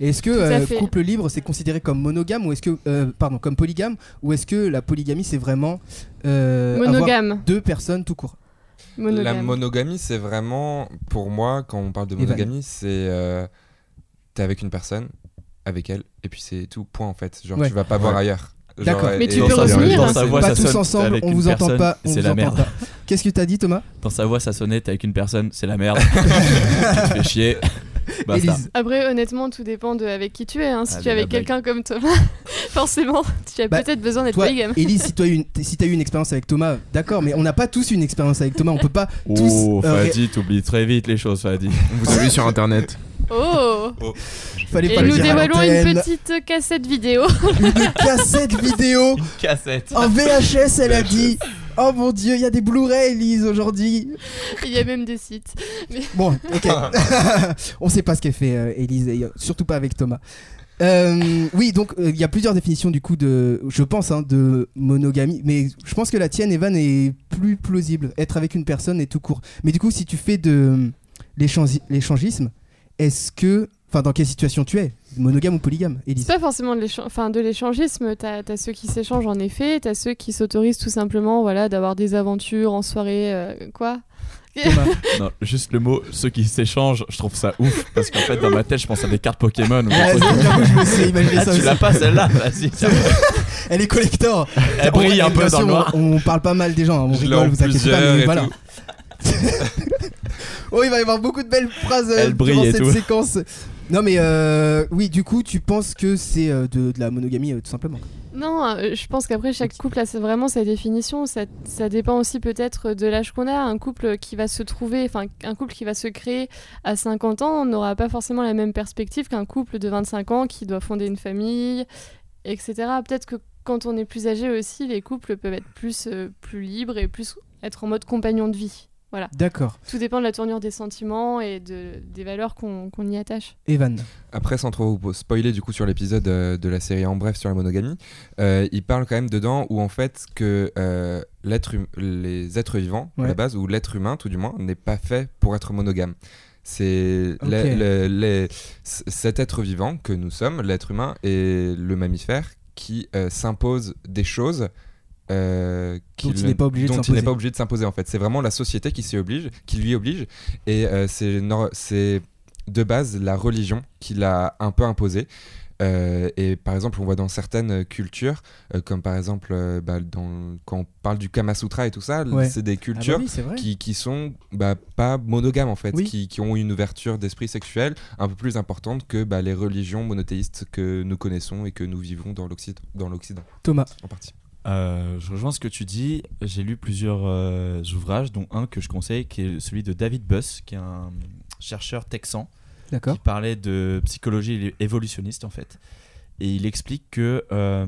Et est-ce que
Tout à
euh,
fait.
couple libre c'est considéré comme monogame ou est-ce que, euh, pardon, comme polygame ou est-ce que la polygamie c'est vraiment euh, avoir
Monogame.
deux personnes tout court
La
Monogame.
monogamie, c'est vraiment, pour moi, quand on parle de
Et voilà.
monogamie, c'est. euh, T'es avec une personne, avec elle, et puis c'est tout, point en fait. Genre,
Ouais.
tu vas pas voir ailleurs. Genre,
D'accord.
et-
Mais tu
et-
peux
sa-
revenir.
dans sa
Pas
voix,
hein. Pas
ça
tous
sonne
ensemble,
avec
on
une
vous entend
personne,
pas. on
C'est
vous
la
entend
merde.
pas. Qu'est-ce que t'as dit Thomas
Dans sa voix, ça sonnait, t'es avec une personne, c'est
[laughs]
la merde. tu te fais chier. Basta.
Élise.
Après, honnêtement, tout dépend de avec qui tu es. hein. Si
Ah,
tu
mais
es
la
avec
blague.
quelqu'un comme Thomas, [laughs] forcément, tu as
Bah,
peut-être besoin d'être
Toi,
polygame.
Élise, si tu as eu une, si t'as eu une expérience avec Thomas, d'accord, mais on n'a pas tous une expérience avec Thomas, on peut pas tous.
Oh,
euh, ré-
Fadi, t'oublies très vite les
[laughs]
choses, Fadi.
Vous avez vu sur internet.
Oh
fallait
Et
pas le
nous
dire à
dévoilons une
l'antenne.
petite cassette vidéo. [laughs]
[laughs] Une cassette vidéo
Cassette.
en VHS, elle a dit. Oh mon dieu, il y a des Blu-ray, Élise, aujourd'hui.
Il y a même des sites.
Bon, ok. [laughs] on sait pas ce qu'elle fait, euh, Élise, et, euh, surtout pas avec Thomas. Euh, oui, donc euh, il y a plusieurs définitions du coup de, je pense, hein, de monogamie, mais je pense que la tienne, Evan, est plus plausible. Être avec une personne est tout court. Mais du coup, si tu fais de euh, l'échangi- l'échangisme, est-ce que, enfin, dans quelle situation tu es, monogame ou polygame,
C'est
Élise
pas forcément de l'échan- enfin, de l'échangisme. T'as as ceux qui s'échangent en effet, t'as ceux qui s'autorisent tout simplement voilà, d'avoir des aventures en soirée, euh, quoi.
[laughs]
Thomas
Non, juste le mot, ceux qui s'échangent, je trouve ça ouf. Parce qu'en fait, dans ma tête, je pense à des cartes Pokémon. ou des
Ouais,
trucs.
c'est- [laughs] j'avoue, je me suis imaginé
Ah,
ça
tu
aussi.
l'as pas celle-là
[laughs]
Vas-y, tiens.
Elle est collector.
elle brille
On- bien
un peu dans
sûr,
le noir.
On, on parle pas mal des gens, hein, on
Je l'ai
rigole,
en
vous inquiétez pas,
plusieurs
mais
et
voilà.
tout.
[laughs] oh, il va y avoir beaucoup de belles phrases euh,
Elle brille
durant
et
cette
tout.
séquence. Non, mais euh, oui, du coup, tu penses que c'est euh, de, de la monogamie, euh, tout simplement.
Non, euh, je pense qu'après, chaque couple a sa- vraiment sa définition. Ça, ça dépend aussi peut-être de l'âge qu'on a. Un couple qui va se trouver, enfin, un couple qui va se créer à 50 ans n'aura pas forcément la même perspective qu'un couple de 25 ans qui doit fonder une famille, etc. Peut-être que quand on est plus âgé aussi, les couples peuvent être plus, euh, plus libres et plus être en mode compagnon de vie.
D'accord.
Tout dépend de la tournure des sentiments et de, des valeurs qu'on qu'on y attache. [laughs]
Evan.
Après, sans trop vous spoiler du coup sur l'épisode euh, de la série En Bref sur la monogamie, euh, il parle quand même dedans où en fait que euh, l'être hum- les êtres vivants, à
Ouais.
la base, ou l'être humain tout du moins, n'est pas fait pour être monogame. C'est
Ok.
la- le- les- c- cet être vivant que nous sommes, l'être humain et le mammifère, qui euh, s'impose des choses. euh,
Dont
qu'il-
il n'est pas obligé de
dont il
s'imposer.
n'est pas obligé de s'imposer en fait. C'est vraiment la société qui s'y oblige, qui lui oblige, et euh, c'est nor- c'est de base la religion qui l'a un peu imposé. Euh, et par exemple, on voit dans certaines cultures, euh, comme par exemple euh, bah, dans, quand on parle du Kama Sutra et tout ça, l-
Ouais. Ah bah
Ah bah c'est des cultures
oui, c'est vrai.
qui, qui sont bah, pas monogames en fait,
Oui.
qui, qui ont une ouverture d'esprit sexuel un peu plus importante que bah, les religions monothéistes que nous connaissons et que nous vivons dans l'Occid- dans l'Occident
Thomas.
en partie.
Euh, je rejoins ce que tu dis. J'ai lu plusieurs euh, ouvrages, dont un que je conseille, qui est celui de David Buss, qui est un chercheur texan
D'accord.
qui parlait de psychologie évolutionniste en fait. Et il explique que euh,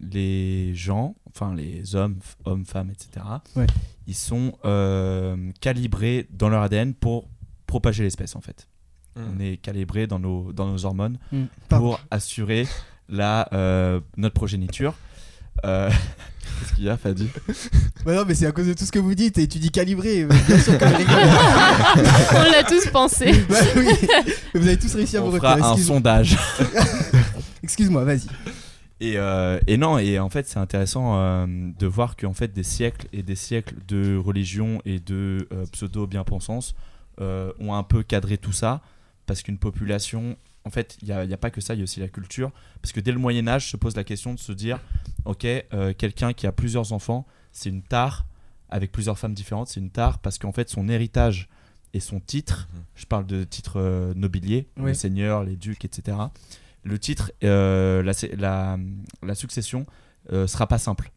les gens, enfin les hommes, f- hommes, femmes, etc.,
Ouais.
ils sont euh, calibrés dans leur ADN pour propager l'espèce en fait.
Mm.
On est calibrés dans nos, dans nos hormones
Hmm. Pardon.
pour assurer la, euh, notre progéniture. Euh, [laughs] Qu'est-ce qu'il y a, Fadi
Bah non, mais c'est à cause de tout ce que vous dites et tu dis calibré. mais Bien sûr, comme rigole.
On l'a tous pensé.
Bah
[laughs]
oui. Mais Vous avez tous réussi à vous
On fera
retenir.
un
Excuse-
sondage.
Excuse-moi, vas-y.
Et, euh, et non, et en fait, c'est intéressant euh, de voir qu'en fait, des siècles et des siècles de religion et de euh, pseudo-bien-pensance euh, ont un peu cadré tout ça, parce qu'une population, en fait, il n'y a, il y a pas que ça, il y a aussi la culture, parce que dès le Moyen Âge se pose la question de se dire, ok, euh, quelqu'un qui a plusieurs enfants, c'est une tare, avec plusieurs femmes différentes, c'est une tare, parce qu'en fait, son héritage et son titre, je parle de titre euh, nobilier,
Oui.
les seigneurs, les ducs, etc., le titre, euh, la, sé- la- la succession euh, sera pas simple.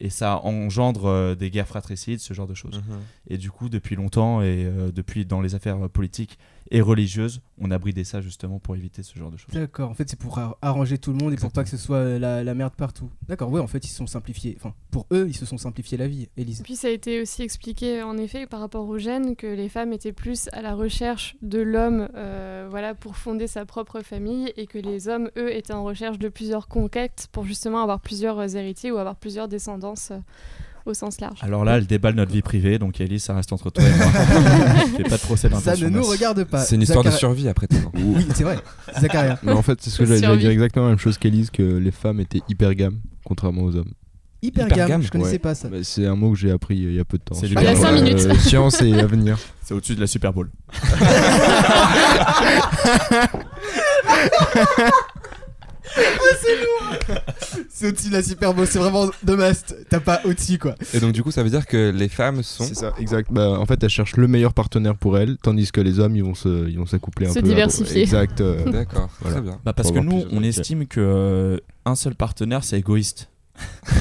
Et ça engendre euh, des guerres fratricides, ce genre de choses. Et du coup, depuis longtemps, et euh, depuis dans les affaires euh, politiques et religieuses, on a bridé ça justement pour éviter ce genre de choses.
D'accord, en fait, c'est pour ar- arranger tout le monde et pour pas que ce soit euh, la, la merde partout. D'accord, ouais, en fait, ils se sont simplifiés. Enfin, pour eux, ils se sont simplifiés la vie, Elise.
Puis ça a été aussi expliqué en effet par rapport aux gènes que les femmes étaient plus à la recherche de l'homme euh, voilà, pour fonder sa propre famille et que les hommes, eux, étaient en recherche de plusieurs conquêtes pour justement avoir plusieurs euh, héritiers ou avoir plusieurs descendances euh, au sens large.
Alors là, elle déballe notre vie privée, donc Ellie, ça reste entre toi et
[laughs]
moi. Fais pas de
Ça
procès
ne
d'intention,
nous
merci.
regarde pas.
C'est une histoire de
Zacharia-
survie après
[laughs]
tout. hein.
Oui, c'est
[laughs]
vrai. Zacharia.
Mais en fait, c'est ce que j'allais j'allais
Survie.
dire exactement la même chose qu'Elise, que les femmes étaient hyper gamme, contrairement aux hommes.
Hypergame,
Hypergame,
je connaissais
ouais.
pas ça.
Mais C'est un mot que j'ai appris euh, il y a peu de temps.
C'est du
Je parle,
Il y a cinq
euh,
minutes.
[laughs] Science et
[laughs]
avenir.
C'est au-dessus de la Super Bowl.
C'est au-dessus de la Super Bowl, c'est vraiment de must. T'as pas au-dessus, quoi.
Et donc du coup, ça veut dire que les femmes sont
C'est ça, exact. Bah, en fait, elles cherchent le meilleur partenaire pour elles, tandis que les hommes, ils vont se, ils vont s'accoupler un
Se
peu. à-
diversifier.
Exact. euh,
D'accord,
Voilà.
très bien.
Bah parce
Pour
que
avoir
nous,
plusieurs
on
conquêtes.
estime que euh, un seul partenaire,
[laughs]
c'est égoïste.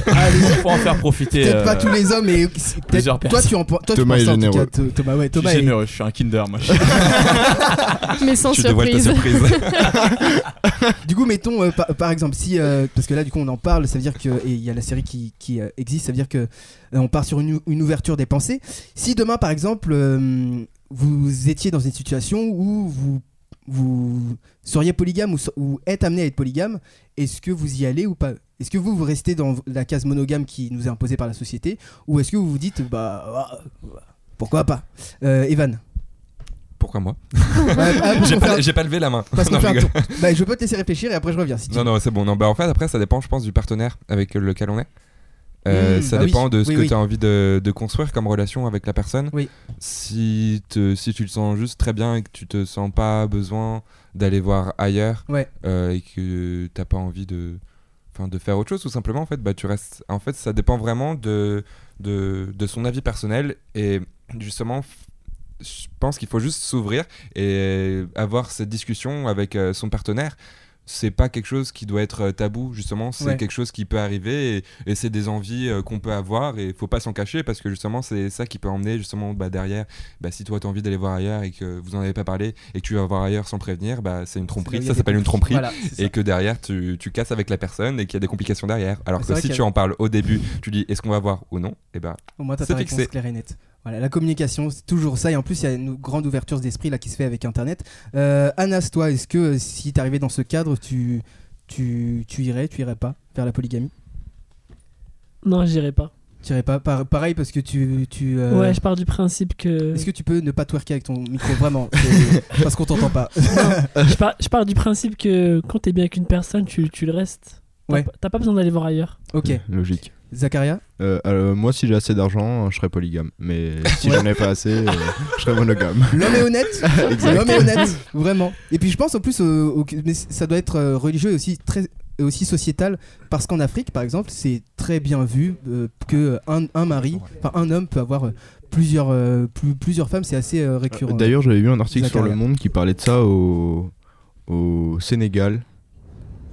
Allez,
Faut en faire profiter.
Ah, peut-être pas
euh,
tous les hommes, mais c'est peut-être-
plusieurs
toi, tu en pen- toi, tu
Thomas
penses
est
ça, en tout
généreux.
cas, Tho- Thomas, ouais,
Je suis
Thomas est-
généreux, je suis un Kinder,
[laughs]
moi.
Ah,
Mais sans
Tu dévoiles ta
surprise.
surprise.
[laughs] Du coup, mettons euh, par, par exemple, si euh, parce que là, du coup, on en parle, ça veut dire que et il y a la série qui, qui, euh, existe, ça veut dire que euh, on part sur une, ou- une ouverture des pensées. Si demain, par exemple, euh, vous étiez dans une situation où vous vous seriez polygame ou, so- ou êtes amené à être polygame, est-ce que vous y allez ou pas Est-ce que vous vous restez dans la case monogame qui nous est imposée par la société, ou est-ce que vous vous dites bah ah, pourquoi pas Euh,
[laughs]
Evan
Pourquoi moi
Ouais, ah, parce
J'ai
qu'on
pas,
fait un-
j'ai pas levé la main.
parce qu'on
[laughs] Non,
fait
je
un
rigole.
tour. Bah, je peux te laisser réfléchir et après je reviens si tu
Non, non, c'est bon. Non, bah, en fait, après, ça dépend, je pense, du partenaire avec lequel on est. Euh,
Mm,
ça
bah oui.
dépend de ce
Oui,
que
oui.
tu as envie de, de construire comme relation avec la personne.
Oui.
Si, te- si tu le sens juste très bien et que tu te sens pas besoin d'aller voir ailleurs
Ouais.
euh, et que t'as pas envie de, enfin, de faire autre chose, tout simplement, en fait, bah, tu restes. En fait, ça dépend vraiment de, de, de son avis personnel et justement. f- Je pense qu'il faut juste s'ouvrir et avoir cette discussion avec euh, son partenaire c'est pas quelque chose qui doit être euh, tabou justement c'est
Ouais.
quelque chose qui peut arriver et, et c'est des envies euh, qu'on peut avoir et faut pas s'en cacher parce que justement c'est ça qui peut emmener justement bah, derrière bah, si toi t'as envie d'aller voir ailleurs et que vous en avez pas parlé et que tu vas voir ailleurs sans prévenir bah, c'est une tromperie ça s'appelle une tromperie
Voilà, c'est
et que derrière tu, tu casses avec la personne et qu'il y a des complications derrière alors
Ah, C'est
que
vrai
si
qu'il y
tu en parles au début tu dis est-ce qu'on va voir ou non et ben
Au moins, t'as
C'est
ta réponse
fixé.
claire et nette. Voilà, la communication, c'est toujours ça. Et en plus, il y a une grande ouverture d'esprit là qui se fait avec Internet. Euh, Anas, toi, est-ce que euh, si t'arrivais dans ce cadre, tu, tu, tu irais, tu irais pas vers la polygamie
Non, j'irai pas.
Tu irais pas Par- Pareil, parce que tu. tu euh,
Ouais, je pars du principe que.
Est-ce que tu peux ne pas twerker avec ton micro vraiment C'est- [laughs] Parce qu'on t'entend pas.
je, pars, je pars du principe que quand t'es bien avec une personne, tu, tu le restes. T'as
Ouais.
pas- T'as pas besoin d'aller voir ailleurs.
[laughs] Ok.
Logique.
Zacharia
Euh, alors, moi, si j'ai assez d'argent, je serais polygame. Mais si
Ouais.
j'en ai pas assez, euh, je serais monogame. [laughs]
L'homme est honnête. L'homme est honnête, vraiment. Et puis je pense en plus, au- au- mais ça doit être euh, religieux et aussi très et aussi sociétal parce qu'en Afrique par exemple c'est très bien vu euh, que un, un mari enfin un homme peut avoir euh, plusieurs euh, plus- plusieurs femmes c'est assez euh, récurrent
D'ailleurs, j'avais vu un article sur
Zacharia.
Le Monde qui parlait de ça au, au Sénégal.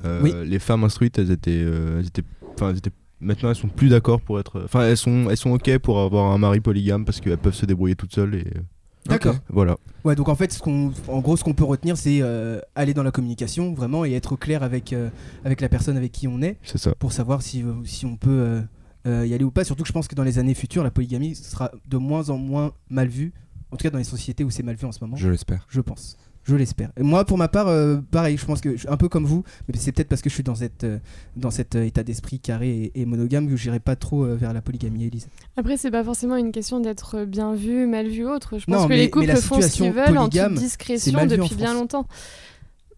Euh,
Oui.
Les femmes instruites, elles euh, étaient, euh, elles étaient, enfin, elles étaient Maintenant, elles sont plus d'accord pour être. Enfin, elles sont, elles sont ok pour avoir un mari polygame parce qu'elles peuvent se débrouiller toutes seules et. euh,
D'accord.
Voilà.
Ouais, donc en fait, ce qu'on, en gros, ce qu'on peut retenir, c'est euh, aller dans la communication vraiment et être au clair avec, euh, avec la personne avec qui on est
C'est ça.
pour savoir si, euh, si on peut euh, euh, y aller ou pas. Surtout que je pense que dans les années futures, la polygamie sera de moins en moins mal vue. En tout cas, dans les sociétés où c'est mal vu en ce moment.
Je l'espère.
Je pense. Je l'espère. Et Moi, pour ma part, euh, pareil, je pense que je suis un peu comme vous, mais c'est peut-être parce que je suis dans, cette, euh, dans cet euh, état d'esprit carré et, et monogame que j'irai pas trop euh, vers la polygamie, Elise.
Après, c'est pas forcément une question d'être euh, bien vu, mal vu ou autre. Je pense
Non,
que
mais-
les couples
mais la
font ce qu'ils
situation
veulent en
polygame,
toute
c'est
discrétion
mal vu en
depuis bien
France.
longtemps.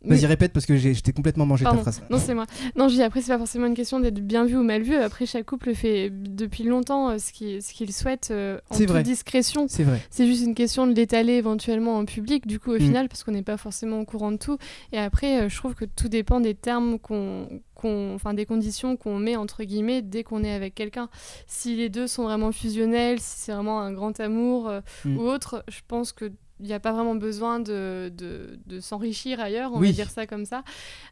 Vas-y,
Mais-
répète parce que j'ai- j'étais complètement mangé
Pardon.
ta phrase.
Non, c'est moi. Non, je dis après, c'est pas forcément une question d'être bien vu ou mal vu. Après, chaque couple fait depuis longtemps euh, ce qu'il ce qu'il souhaite euh, en
C'est
toute
vrai.
discrétion.
C'est vrai.
C'est juste une question de l'étaler éventuellement en public, du coup, au
Mm.
final, parce qu'on n'est pas forcément au courant de tout. Et après, euh, je trouve que tout dépend des termes qu'on. qu'on- Enfin, des conditions qu'on met entre guillemets dès qu'on est avec quelqu'un. Si les deux sont vraiment fusionnels, si c'est vraiment un grand amour euh,
Mm.
ou autre, je pense que. Il n'y a pas vraiment besoin de, de, de s'enrichir ailleurs, on
Oui.
va dire ça comme ça.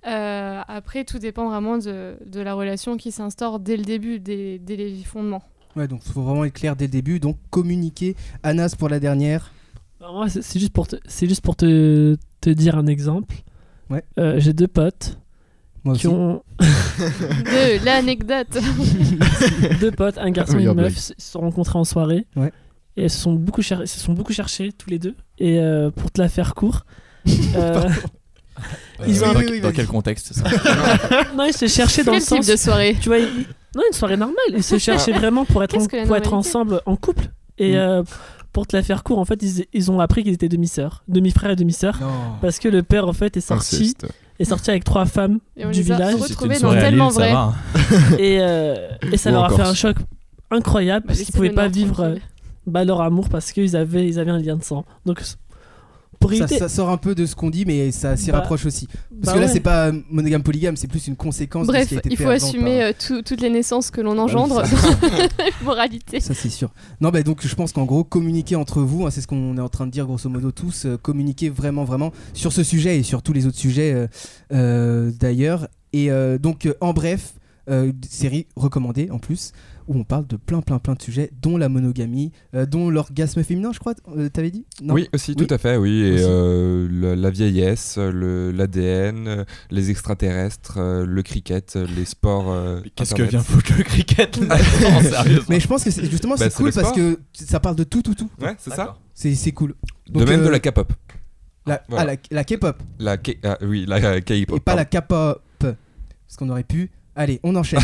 Euh, après, tout dépend vraiment de, de la relation qui s'instaure dès le début, dès, dès les fondements.
Ouais, donc faut vraiment être clair dès le début, donc communiquer. Anas pour la dernière.
Alors Bah, moi, c'est c'est juste pour te, c'est juste pour te, te dire un exemple.
Ouais.
Euh, J'ai deux potes
Moi
qui
aussi.
ont
De l'anecdote.
deux potes, un garçon et une
Meilleure
meuf,
blague.
se se sont rencontrés en soirée.
Ouais.
Et se sont beaucoup, cher- se sont beaucoup cherchés tous les deux. Et euh, pour te la
[laughs]
faire court, euh,
Ils ont-
dans,
oui, oui,
dans
vas-y.
quel contexte ça
non, ils se cherchaient dans
Quel
le
type
sens.
de soirée
Tu vois, ils- non, une soirée normale. Ils se cherchaient vraiment pour être,
Qu'est-ce
en-
que la
pour être
normalité
ensemble en couple. Et
Mm.
euh, pour te la faire court, en fait, ils, ils ont appris qu'ils étaient demi-sœurs, demi-frères et demi-sœurs.
Non.
Parce que le père, en fait, est sorti,
Ah. Inceste.
est sorti avec trois femmes
Et on
du
les a
village.
Si c'était une
retrouvés dans
soirée à
tellement
Lille, ça
vrai.
va, hein.
et, euh, et ça
Ou
leur a
en
fait un
Corse.
choc incroyable
Bah,
parce
laissez
qu'ils pouvaient
le
pas
Nord
vivre euh,
tranquille.
bah, leur amour parce qu'ils avaient, ils avaient un lien de sang. Donc c- pour
Ça,
éviter,
ça sort un peu de ce qu'on dit, mais ça s'y
Bah,
rapproche aussi. Parce
bah
que là,
ouais.
c'est pas euh, monogame polygame, c'est plus une conséquence. de ce
Bref,
qui a été
il
fait
faut
avant Ah
assumer
par-
euh, tout- toutes les naissances que l'on engendre. [laughs] Moralité.
Ça c'est sûr. Non, bah donc je pense qu'en gros communiquer entre vous, hein, c'est ce qu'on est en train de dire grosso modo tous, euh, communiquer vraiment vraiment sur ce sujet et sur tous les autres sujets euh, euh, d'ailleurs. Et euh, donc euh, en bref, euh, une série recommandée en plus où on parle de plein plein plein de sujets, dont la monogamie, euh, dont l'orgasme féminin, je crois. euh, T'avais dit Non.
Oui, aussi,
Oui.
tout à fait, oui. Et
Aussi.
euh, la, la vieillesse, le- l'ADN, euh, les extraterrestres, euh, le cricket, euh, les sports. euh,
Qu'est-ce que
Internet.
vient foutre le cricket [laughs] là-dedans, sérieusement
Mais je pense que c'est- justement
Bah,
c'est
c'est
cool
le
parce
sport.
que ça parle de tout tout tout.
Ouais, c'est ça.
C'est c'est cool.
de
Donc,
même
euh,
de la K-pop.
La,
Voilà.
ah, la, la K-pop
La K- ah, oui, la euh, K-pop.
et pas la
pardon.
K-pop. Parce qu'on aurait pu. Allez, on
[laughs]
enchaîne.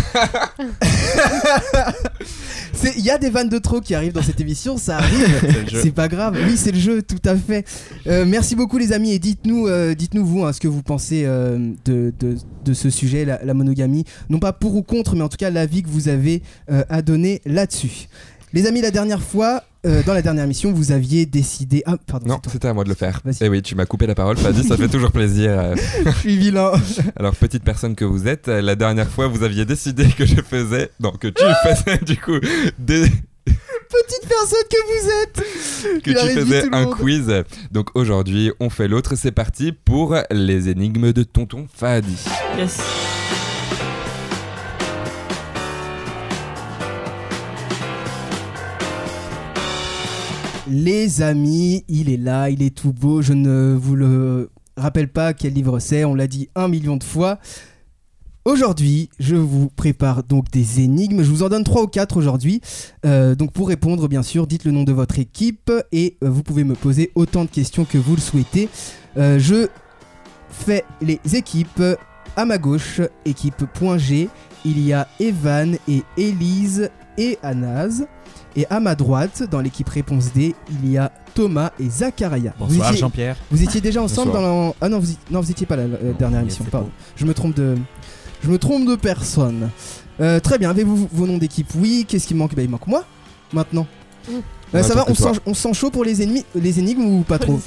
C'est- Il y a des vannes de trop qui arrivent dans cette émission, ça arrive.
C'est le jeu.
C'est pas grave. Oui, c'est le jeu, tout à fait. Euh, merci beaucoup les amis et dites-nous, euh, dites-nous vous hein, ce que vous pensez euh, de, de- de ce sujet, la, la monogamie. Non pas pour ou contre, mais en tout cas l'avis que vous avez euh, à donner là-dessus. Les amis, la dernière fois, euh, dans la dernière émission, vous aviez décidé. Ah, pardon.
Non,
c'est toi.
c'était à moi de le faire.
Vas-y.
Eh oui, tu m'as coupé la parole, Fadi, ça fait toujours plaisir. euh,
je suis
[laughs]
vilain.
Alors, petite personne que vous êtes, euh, la dernière fois, vous aviez décidé que je faisais. Non, que tu
Ah
faisais, du coup, des-
Petite personne que vous êtes.
que
Il a
tu
réduit tout
faisais
le
un
monde.
quiz. Donc, aujourd'hui, on fait l'autre. C'est parti pour les énigmes de tonton Fadi.
Yes.
Les amis, il est là, il est tout beau. Je ne vous le rappelle pas quel livre c'est, on l'a dit un million de fois. Aujourd'hui, je vous prépare donc des énigmes. Je vous en donne trois ou quatre aujourd'hui. Euh, donc pour répondre, bien sûr, dites le nom de votre équipe et euh, vous pouvez me poser autant de questions que vous le souhaitez. Euh, je fais les équipes. À ma gauche, équipe.g, il y a Evan et Elise et Anaz. Et à ma droite, dans l'équipe réponse D, il y a Thomas et Zakaria. Vous
Bonsoir
étiez-
Jean-Pierre.
vous étiez déjà ensemble
Bonsoir.
dans la... Ah non vous, y- non, vous étiez pas là, la la euh, dernière
Yes,
émission,
c'est
pardon. Je me trompe de... Je me trompe de personne. Euh, très bien, avez-vous vos noms d'équipe Oui, qu'est-ce qui manque Bah il manque moi, maintenant.
Mm.
Euh,
Ouais,
ça va, on
attends que
sent, on sent chaud pour les, ennemis, les énigmes ou pas trop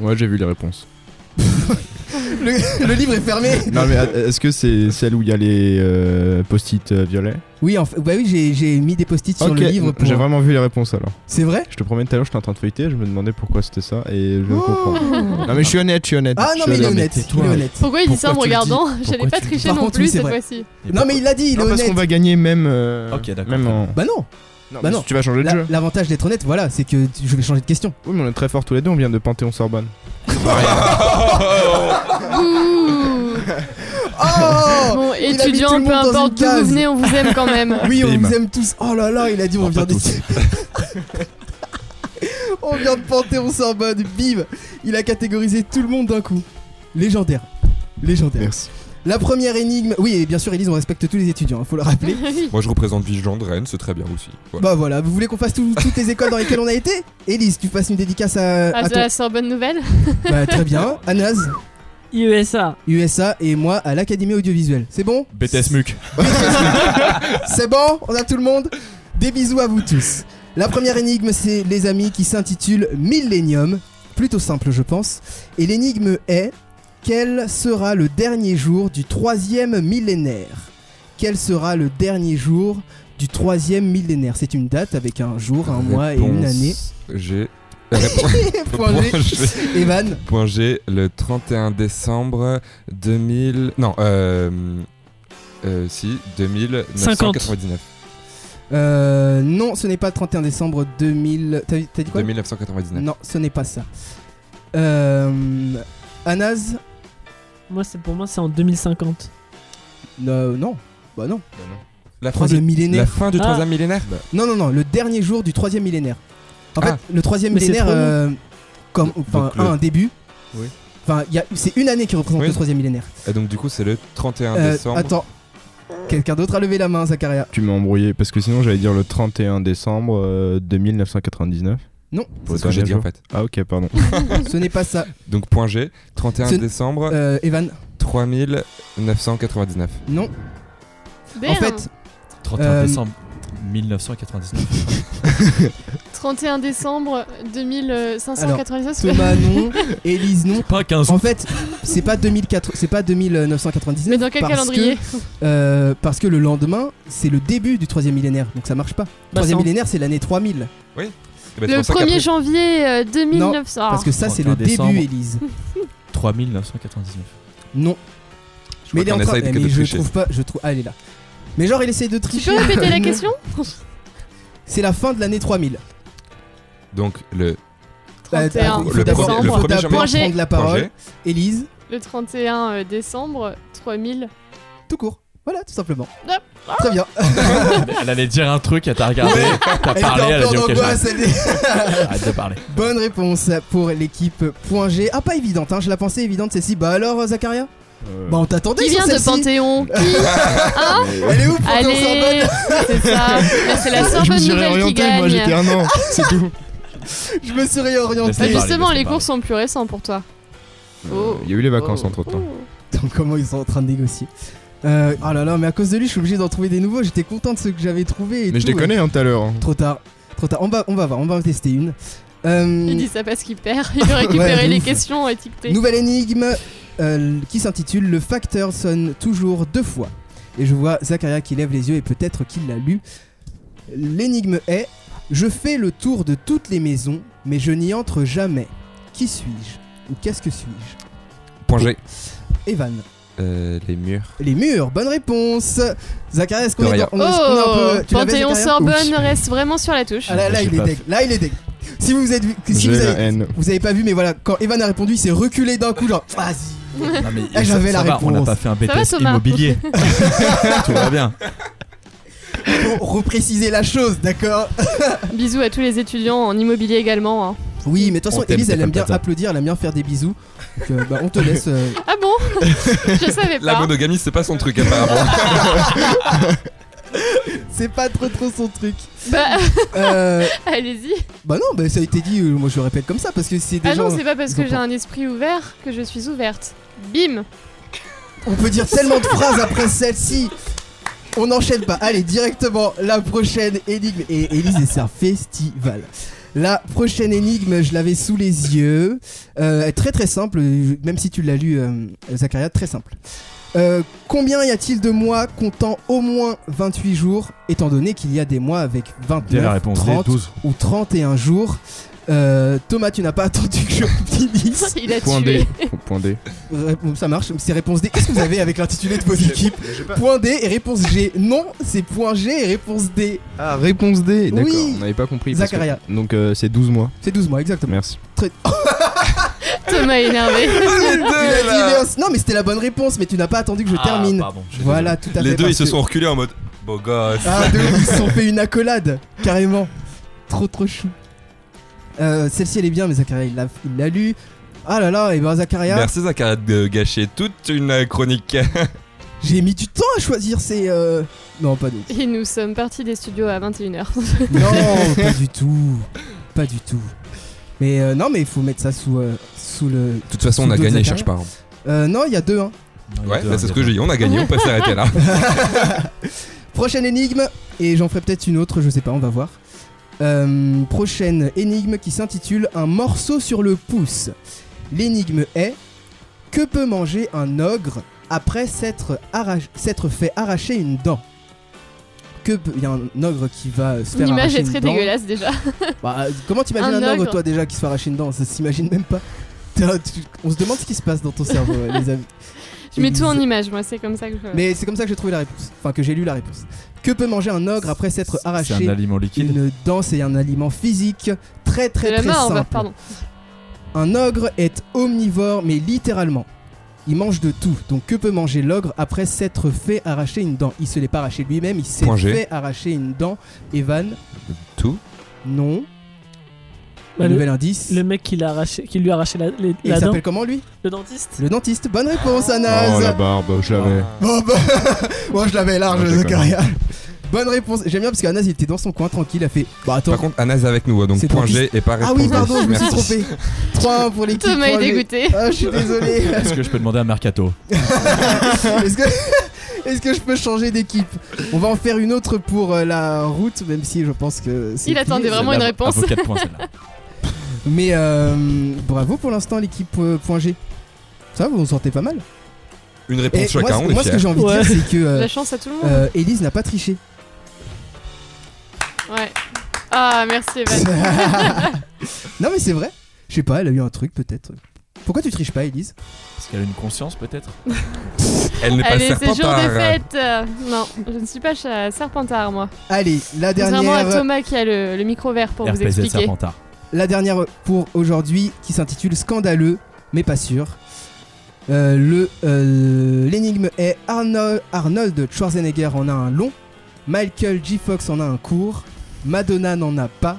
Ouais, j'ai vu les réponses.
[laughs] Le, le livre est fermé.
Non, mais euh, est-ce que c'est celle où il y a les euh, post-it euh, violets
Oui, en fait- bah oui, j'ai- j'ai mis des post-it sur
Ok,
le livre. pour-
J'ai vraiment vu les réponses alors.
C'est vrai
Je te promets, tout à l'heure, j'étais en train de feuilleter, je me demandais pourquoi c'était ça et je viens de comprendre.
[laughs]
Non, mais je suis honnête, je suis honnête.
Oh Ah
je
non,
suis
mais il est
honnête.
honnête. Il est honnête.
Pourquoi il dit ça en me
Pourquoi tu le dis
regardant J'allais
Pourquoi
pas
tu le
tricher
dis
non
Par contre, oui,
plus
c'est
cette
vrai.
fois-ci.
Non, mais il l'a dit, il est
Non, parce qu'on
honnête.
va gagner même. euh,
Ok, d'accord.
Même en.
Bah non, bah
Non, mais
non.
si tu vas changer de
la-
jeu.
l'avantage d'être honnête, voilà, c'est que tu- je vais changer de question.
Oui, mais on est très forts tous les deux, on vient de Panthéon-Sorbonne.
[laughs]
Ouh.
Oh
Bon,
mis tout
étudiants,
le
peu
monde dans
importe
une
d'où vous
case.
venez, on vous aime
[laughs]
quand même. Ah,
Oui, on
Bim.
vous aime tous. Oh là là, il a dit on
Non,
vient
pas
de.
tous.
[laughs] on vient de Panthéon-Sorbonne, bim Il a catégorisé tout le monde d'un coup. Légendaire. Légendaire.
Merci.
La première énigme. Oui, et bien sûr, Elise, on respecte tous les étudiants, hein, faut le rappeler.
Moi, je représente Vigeland, Rennes, c'est très bien aussi. Voilà.
Bah voilà, vous voulez qu'on fasse tout- toutes les écoles dans lesquelles on a été Elise, tu fasses une dédicace à.
Ah,
à
c'est la
[laughs]
Sorbonne Nouvelle
ton- Bah, très bien. Anas,
IESA.
USA et moi à l'Académie audiovisuelle. C'est bon
BTS MUC.
C'est bon On a tout le monde Des bisous à vous tous. La première énigme, c'est les amis qui s'intitule Millennium. Plutôt simple, je pense. Et l'énigme est quel sera le dernier jour du troisième millénaire Quel sera le dernier jour du troisième millénaire C'est une date avec un jour, un mois et une année.
Réponse
[laughs]
G. Réponse-
Point G.
Point G.
Evan,
Point G, le 31 décembre 2000. Non, euh. euh, si, 2999.
euh, non, ce n'est pas le 31 décembre 2000. T'as t'as dit quoi
2999.
Non, ce n'est pas ça. Euh, Anas
Moi, c'est pour moi, c'est en 2050.
Euh, Non. Bah non.
La fin,
Troisième
du, la
millénaire.
fin du
Ah.
troisième millénaire
Non, non, non. Le dernier jour du troisième millénaire. En
Ah.
fait, le troisième
Mais c'est
millénaire,
trop long.
euh, comme, enfin,
donc le-
un début.
Oui.
Enfin, il y a- c'est une année qui représente
Oui.
le troisième millénaire.
Et donc, du coup, c'est le 31
Euh,
décembre.
attends. Quelqu'un d'autre a levé la main, Zacharia.
Tu m'as embrouillé parce que sinon j'allais dire le 31 décembre euh, de 1999.
Non,
Pour
C'est ce que j'ai
dernier
dit
jour.
bah, en fait.
Ah ok, pardon.
ce n'est pas ça.
Donc, point G, 31
Ce-
décembre
Euh, Evan,
3999.
non. En
Damn.
fait,
31
Euh,
décembre 1999.
31 décembre 2596.
Thomas,
[laughs]
non. Élise, non.
Pas 15
En fait, c'est pas 2004, c'est pas 2999.
Mais dans quel
parce
calendrier
que, euh, Parce que le lendemain, c'est le début du troisième millénaire, donc ça marche pas.
Bah,
troisième
c'est en-
millénaire, c'est l'année 3000,
Eh ben, c'est
Le
pour ça qu'après-
1er janvier euh, 2900.
parce que ça, c'est le
31 décembre.
début, Élise.
3999.
Non.
je
mais il
crois
est
qu'on
en train.
essaye de-
eh,
de
Mais je
tricher.
trouve pas. Je trouve. Ah, elle est là. Mais genre, il essaye de
tu
tricher.
peux répéter la
[laughs] Non.
question
C'est la fin de l'année 3000.
Donc, le
Bah, attends,
31
il
Le
faut d'abord
premier-
il
le
faut
premier
d'abord
janvier.
prendre la
point
parole.
G,
Élise,
Le 31 euh, décembre 3000.
tout court. Voilà, tout simplement.
Hop.
Très bien.
elle allait dire un truc, elle t'a regardé, t'as
[laughs] Elle était
parlé, elle a
un
dit
peu en
ok,
angoisse.
j'arrête
elle est-
Arrête de parler.
[laughs] Bonne réponse pour l'équipe point G. Ah, pas évidente, hein, je la pensais évidente celle-ci. Bah alors, euh, Zacharia Bah on t'attendait
Qui
sur
vient de
celle-ci. [laughs]
Panthéon Qui Ah,
Elle est où pour ton
Allez C'est ça Mais C'est la
[laughs] je me
Sorbonne
suis
Nouvelle qui
réorienté, moi j'étais
gagne
un an, c'est tout.
Je me suis
Bah,
réorienté.
Laisse-la
Justement,
parler,
les
laisse-la
cours sont plus récents pour toi. [laughs] Oh.
Il y a eu les vacances
Oh.
entre temps.
[laughs] Donc comment ils sont en train de négocier euh, Oh là là, mais à cause de lui, je suis obligé d'en trouver des nouveaux. J'étais content de ceux que j'avais trouvés. et
Mais je
tout,
déconnais hein tout à l'heure.
euh, Trop tard, trop tard. On va, on va voir, on va en tester une. Euh,
Il dit ça parce qu'il perd. Il veut récupérer
Ouais, de
les
ouf.
questions étiquetées.
nouvelle énigme euh, qui s'intitule Le facteur sonne toujours deux fois. Et je vois Zacharia qui lève les yeux et peut-être qu'il l'a lu. L'énigme est Je fais le tour de toutes les maisons, mais je n'y entre jamais. Qui suis-je Ou qu'est-ce que suis-je
point G.
Evan.
Euh, les murs.
Les murs, bonne réponse. Zacharia, est-ce qu'on
De
est,
rien.
dans- on est- on est un peu. tu l'avais,
Oh, Panthéon
Zacharia
Sorbonne
Oui.
reste vraiment sur la touche.
Ah là, là,
Je
il
sais
est
pas.
deg. Là, il est deg. Si vous êtes, si
J'ai
vous
la
avez,
[laughs]
haine.
vous avez pas vu, mais voilà, quand Evan a répondu, il s'est reculé d'un coup, genre, vas-y.
Non, mais
Eh,
ça-
j'avais
ça
la
va, On n'a
réponse.
pas fait un
Ça va,
BTS
[laughs]
Thomas
immobilier. Tout va bien.
Pour repréciser la chose, d'accord Ah.
Bisous à tous les étudiants en immobilier également. hein.
Oui, mais de toute façon,
On t'aime,
Elise, elle aime
Stéphane
bien
Plaza.
applaudir, elle aime bien faire des bisous. Donc, euh, bah, on te laisse. euh,
Ah
[laughs]
bon Je savais
La
Ah.
pas.
monogamie, c'est pas son truc apparemment.
C'est pas trop trop son truc.
Bah, [laughs]
Euh,
allez-y.
bah non, bah, ça a été dit, euh, moi je le répète comme ça, parce que c'est des
Ah
gens.
non, c'est pas parce
ils
que
ont
j'ai
pas-
un esprit ouvert que je suis ouverte. Bim
On peut dire tellement de phrases après celle-ci. On n'enchaîne pas. Allez, directement, la prochaine énigme. Et Elise, c'est un festival. La prochaine énigme, je l'avais sous les yeux. Euh, très très simple, même si tu l'as lu, euh, Zacharia, très simple. Euh, combien y a-t-il de mois comptant au moins 28 jours, étant donné qu'il y a des mois avec 29,
Dès la réponse, dès
30
12.
ou 31 jours Euh, Thomas, tu n'as pas attendu que je finisse.
Il a
Point
tué.
D.
[laughs]
Point D.
Euh, Ça marche, c'est réponse D. Qu'est-ce que vous avez avec l'intitulé de vos équipes Point D et réponse G. Non, c'est point G et réponse D.
Ah, réponse D. D'accord,
Oui.
on n'avait pas compris. parce que-
Zacharia.
Donc euh, c'est 12 mois.
C'est 12 mois,
[laughs]
exactement.
Merci.
Thomas est
[laughs]
énervé.
les
Il
deux,
a dit
là.
Léon- Non, mais c'était la bonne réponse, mais tu n'as pas attendu que je
Ah,
termine.
pardon, je suis
Voilà, [laughs] tout à fait.
Les deux, ils
parce
se
que-
sont reculés en mode beau [laughs] gosse.
Ah, de ouf, ils se sont fait une accolade, carrément. Trop, trop chou. Euh, Celle-ci, elle est bien, mais Zakaria, il l'a- il l'a lu. Ah là là, et ben Zakaria,
Merci Zakaria de gâcher toute une euh, chronique.
j'ai mis du temps à choisir ces. euh, Non, pas nous.
Et nous sommes partis des studios à 21h.
[laughs] Non, pas du tout. Pas du tout. Mais euh, non, mais il faut mettre ça sous, euh, sous le.
De toute façon, on a
Sous
gagné,
Zakaria.
cherche pas. hein.
Euh, non, il y a deux, hein.
désolé. Non,
Ouais, bah,
il y a
c'est ce
deux,
que
il
je
y a
dis, on a gagné, on peut s'arrêter là.
Prochaine énigme, et j'en ferai peut-être une autre, je sais pas, on va voir. Euh, prochaine énigme qui s'intitule Un morceau sur le pouce. L'énigme est Que peut manger un ogre après s'être arrach- s'être fait arracher une dent que peut- il y a un ogre qui va se faire
L'image
arracher
est
une
très
dent.
dégueulasse déjà.
Bah, euh, comment t'imagines un,
Un
ogre,
ogre.
toi déjà qui se fait arracher une dent Ça s'imagine même pas. T'as- tu- On se demande ce qui se passe dans ton cerveau, ouais, les amis.
Je mets tout en
Ils-
image, moi, c'est comme ça que je.
mais c'est comme ça que j'ai trouvé la réponse. Enfin, que j'ai lu la réponse. Que peut manger un ogre après s'être
C'est un
arraché
aliment liquide.
une dent C'est un aliment physique très
de
très
la
très
mort, on va-
simple.
pardon.
Un ogre est omnivore, mais littéralement. Il mange de tout. Donc que peut manger l'ogre après s'être fait arracher une dent Il se l'est pas arraché lui-même, il s'est
Point G.
fait arracher une dent. Evan,
[laughs] Tout
non.
Bah,
Nouvel
le,
indice.
le mec qui, l'a arraché, qui lui a arraché la, les-
Et il
la dent,
s'appelle comment lui
le dentiste.
Le dentiste. Bonne réponse, Anaz.
Oh la barbe,
Ah
je l'avais.
Bon bah, [laughs] moi je l'avais large,
Non, je déconne.
Zakaria. Bonne réponse. J'aime bien parce qu'Anas il était dans son coin tranquille, il a fait. Bah attends.
Par contre, Anas est avec nous, hein, donc
C'est
point
trop
G et pas
ah
réponse
oui,
D.
pardon, je me suis
Merci.
trompé. 3-1 pour l'équipe.
[laughs] Thomas est
point G.
dégoûté.
Ah, je suis désolé.
[laughs] Est-ce que je peux demander à Mercato
Est-ce que, est-ce que [laughs] je peux changer d'équipe On va en faire une autre pour euh, la route, même si je pense que c'est.
Il attendait
plié.
vraiment une réponse.
Avocat de points celle-là.
Mais euh, bravo pour l'instant, l'équipe euh, point G. Ça, vous vous sentez pas mal.
Une
Et
réponse
moi,
chacun,
ce- moi,
on est
ce que
fiers.
j'ai envie de
Ouais.
dire, c'est que euh,
La chance à tout le monde.
euh, Élise n'a pas triché. euh,
Ouais. Ah, merci Evan.
[laughs] non mais c'est vrai. Je sais pas, elle a eu un truc peut-être. Pourquoi tu triches pas, Elise
Parce qu'elle a une conscience peut-être
Elle n'est pas
Allez, c'est jour de
serpentard.
fête. Euh, Non, je ne suis pas cha- serpentard, moi.
Allez, la
Contrairement à
dernière,
Thomas qui a le, le micro vert pour vous
RPZ
expliquer.
Serpentard.
la dernière pour aujourd'hui qui s'intitule Scandaleux, mais pas sûr. Euh, le, euh, L'énigme est Arnold, Arnold Schwarzenegger en a un long, Michael G. Fox en a un court, Madonna n'en a pas,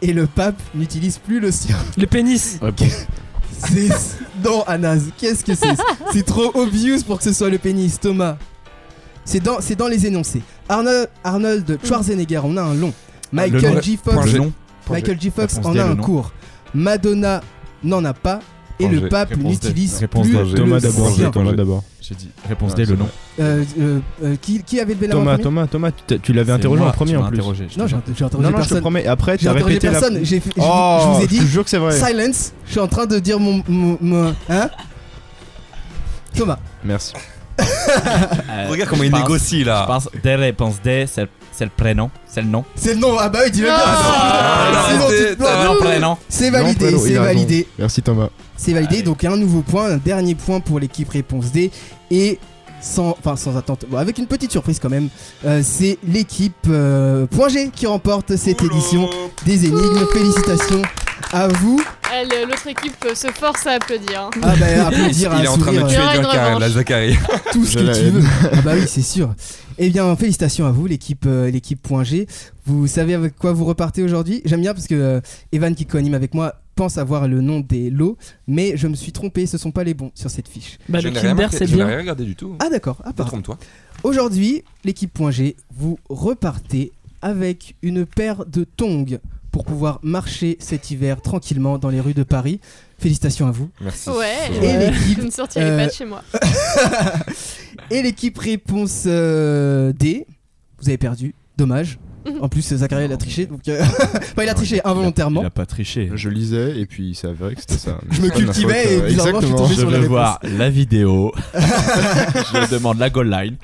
et le pape n'utilise plus le sien.
Le pénis.
C'est... Non, Anas, qu'est-ce que c'est C'est trop obvious pour que ce soit le pénis, Thomas. C'est dans, c'est dans les énoncés. Arnold, Arnold Schwarzenegger, on a un long. Michael
nom-
G.
Point
Fox,
G.
Michael G. Fox
Réponse
en
D,
a
le
un
nom.
court. Madonna n'en a pas. Et
Point
le
G.
pape
Réponse D.
n'utilise
Réponse
plus
D, G.
le
Thomas d'abord,
sien.
Thomas d'abord.
J'ai dit réponse D, le nom.
Euh, euh, euh, qui, qui avait levé la main en
Thomas,
premier
Thomas, Thomas, tu t'as- tu l'avais interrogé en premier en plus. Non,
Non, j'ai, j'ai interrogé
non, je te
personne.
promets. Après,
j'ai
t'as
interrogé
répété la.
personne. J'ai fait- je vous-
Oh,
je vous ai dit,
Je te jure que c'est vrai.
silence. Je suis en train de dire mon. mon- mon- hein Thomas.
Merci.
Regarde Euh, comment il négocie
Je
là.
pense des réponses D, c'est c'est le prénom, c'est le nom.
C'est le nom, ah bah oui, dis-le bien.
Ah,
Sinon,
arrêtez,
tu te
t'as-
plantes.
Non, prénom.
C'est
Non,
validé,
Pedro, il
c'est
a raison.
validé,
Merci Thomas.
c'est validé.
Allez.
Donc un nouveau point, un dernier point pour l'équipe réponse D et sans, enfin sans attente, bon, avec une petite surprise quand même, euh, c'est l'équipe euh, Point G qui remporte cette édition des énigmes. Félicitations à vous.
Elle, euh, L'autre équipe euh, se force à applaudir. hein.
Ah
[laughs]
bah applaudir,
Il
un
est en train de
sourire,
Il y aura
tuer
une
Durkheim, la
revanche.
Zachary.
tout ce
Je la
que tu
haine. [laughs]
veux. Ah bah oui, c'est sûr. Eh bien, félicitations à vous, l'équipe euh, l'équipe Point G. Vous savez avec quoi vous repartez aujourd'hui J'aime bien parce que euh, Evan qui coanime avec moi pense avoir le nom des lots, mais je me suis trompé, ce sont pas les bons sur cette fiche.
Bah,
Je
le
n'ai rien
Kinder,
marqué,
c'est
je n'ai
bien.
rien regardé du tout.
Ah d'accord, ah pardon.
Trompe-toi.
Aujourd'hui, l'équipe Point G, vous repartez avec une paire de tongs pour pouvoir marcher cet hiver tranquillement dans les rues de Paris. Félicitations à vous.
Merci.
Ouais.
Et l'équipe
Je ne sortirai
Euh,
pas de chez moi.
Et l'équipe réponse euh, D, vous avez perdu, dommage.
Mhm.
En plus, Zachary, il a triché. Donc, euh, [laughs] enfin, il a triché involontairement.
Il a pas triché.
Je lisais et puis il s'est avéré que c'était ça.
Je me cultivais
euh,
et bizarrement, je suis tombé
Je
sur la
veux
réponse.
voir
[laughs]
la vidéo. je demande la goal line.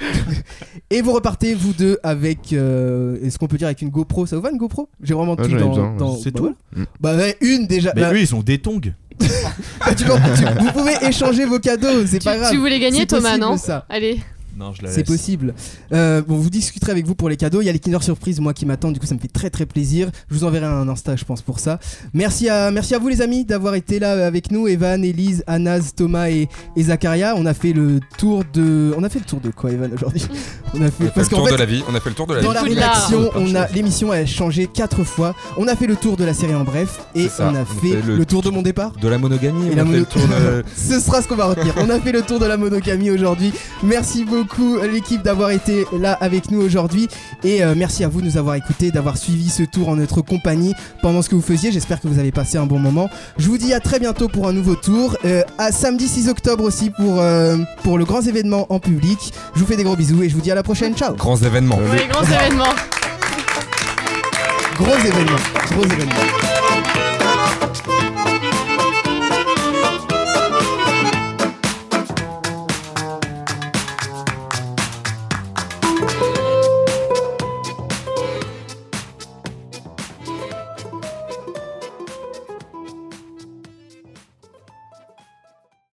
Et vous repartez, vous deux, avec. euh, Est-ce qu'on peut dire avec une GoPro Ça vous va une GoPro J'ai vraiment
Ouais,
tout
j'en ai
dans.
besoin, ouais. Mm.
dans-
C'est
bah
tout
voilà. Bah, ouais, une déjà.
Mais
Bah,
eux, ils ont des tongs.
[laughs] tu peux- tu- vous pouvez échanger vos cadeaux, c'est
Tu-
pas grave.
tu voulais gagner,
C'est
Thomas,
possible,
non
ça.
Allez,
Non, je la
C'est possible. Euh, bon, vous discuterez avec vous pour les cadeaux. Il y a les Kinder Surprise, moi qui m'attends. Du coup, ça me fait très très plaisir. Je vous enverrai un Insta, je pense, pour ça. Merci à, merci à vous, les amis, d'avoir été là euh, avec nous. Evan, Elise, Anas, Thomas et, et Zacharia. On a fait le tour de. On a fait le tour de quoi, Evan, aujourd'hui On a fait.
On a fait le tour de la vie. On a fait le tour de la
Dans
vie.
la
Foulard.
rédaction, on a l'émission a changé quatre fois. On a fait le tour de la série en bref et
C'est ça.
on a fait le, tour de mon départ.
De la monogamie.
Et
on
la
a fait
mono-
le tour [laughs] de.
Ce sera ce qu'on va retenir. On a fait le tour de la monogamie aujourd'hui. Merci beaucoup à l'équipe d'avoir été là avec nous aujourd'hui et euh, merci à vous de nous avoir écoutés, d'avoir suivi ce tour en notre compagnie pendant ce que vous faisiez. J'espère que vous avez passé un bon moment. Je vous dis à très bientôt pour un nouveau tour. Euh, à samedi 6 octobre aussi pour euh, pour le grand événement en public. Je vous fais des gros bisous et je vous dis à la prochaine. Ciao.
Grands événements.
Euh,
pour les grands événements.
Gros événement. Gros événement.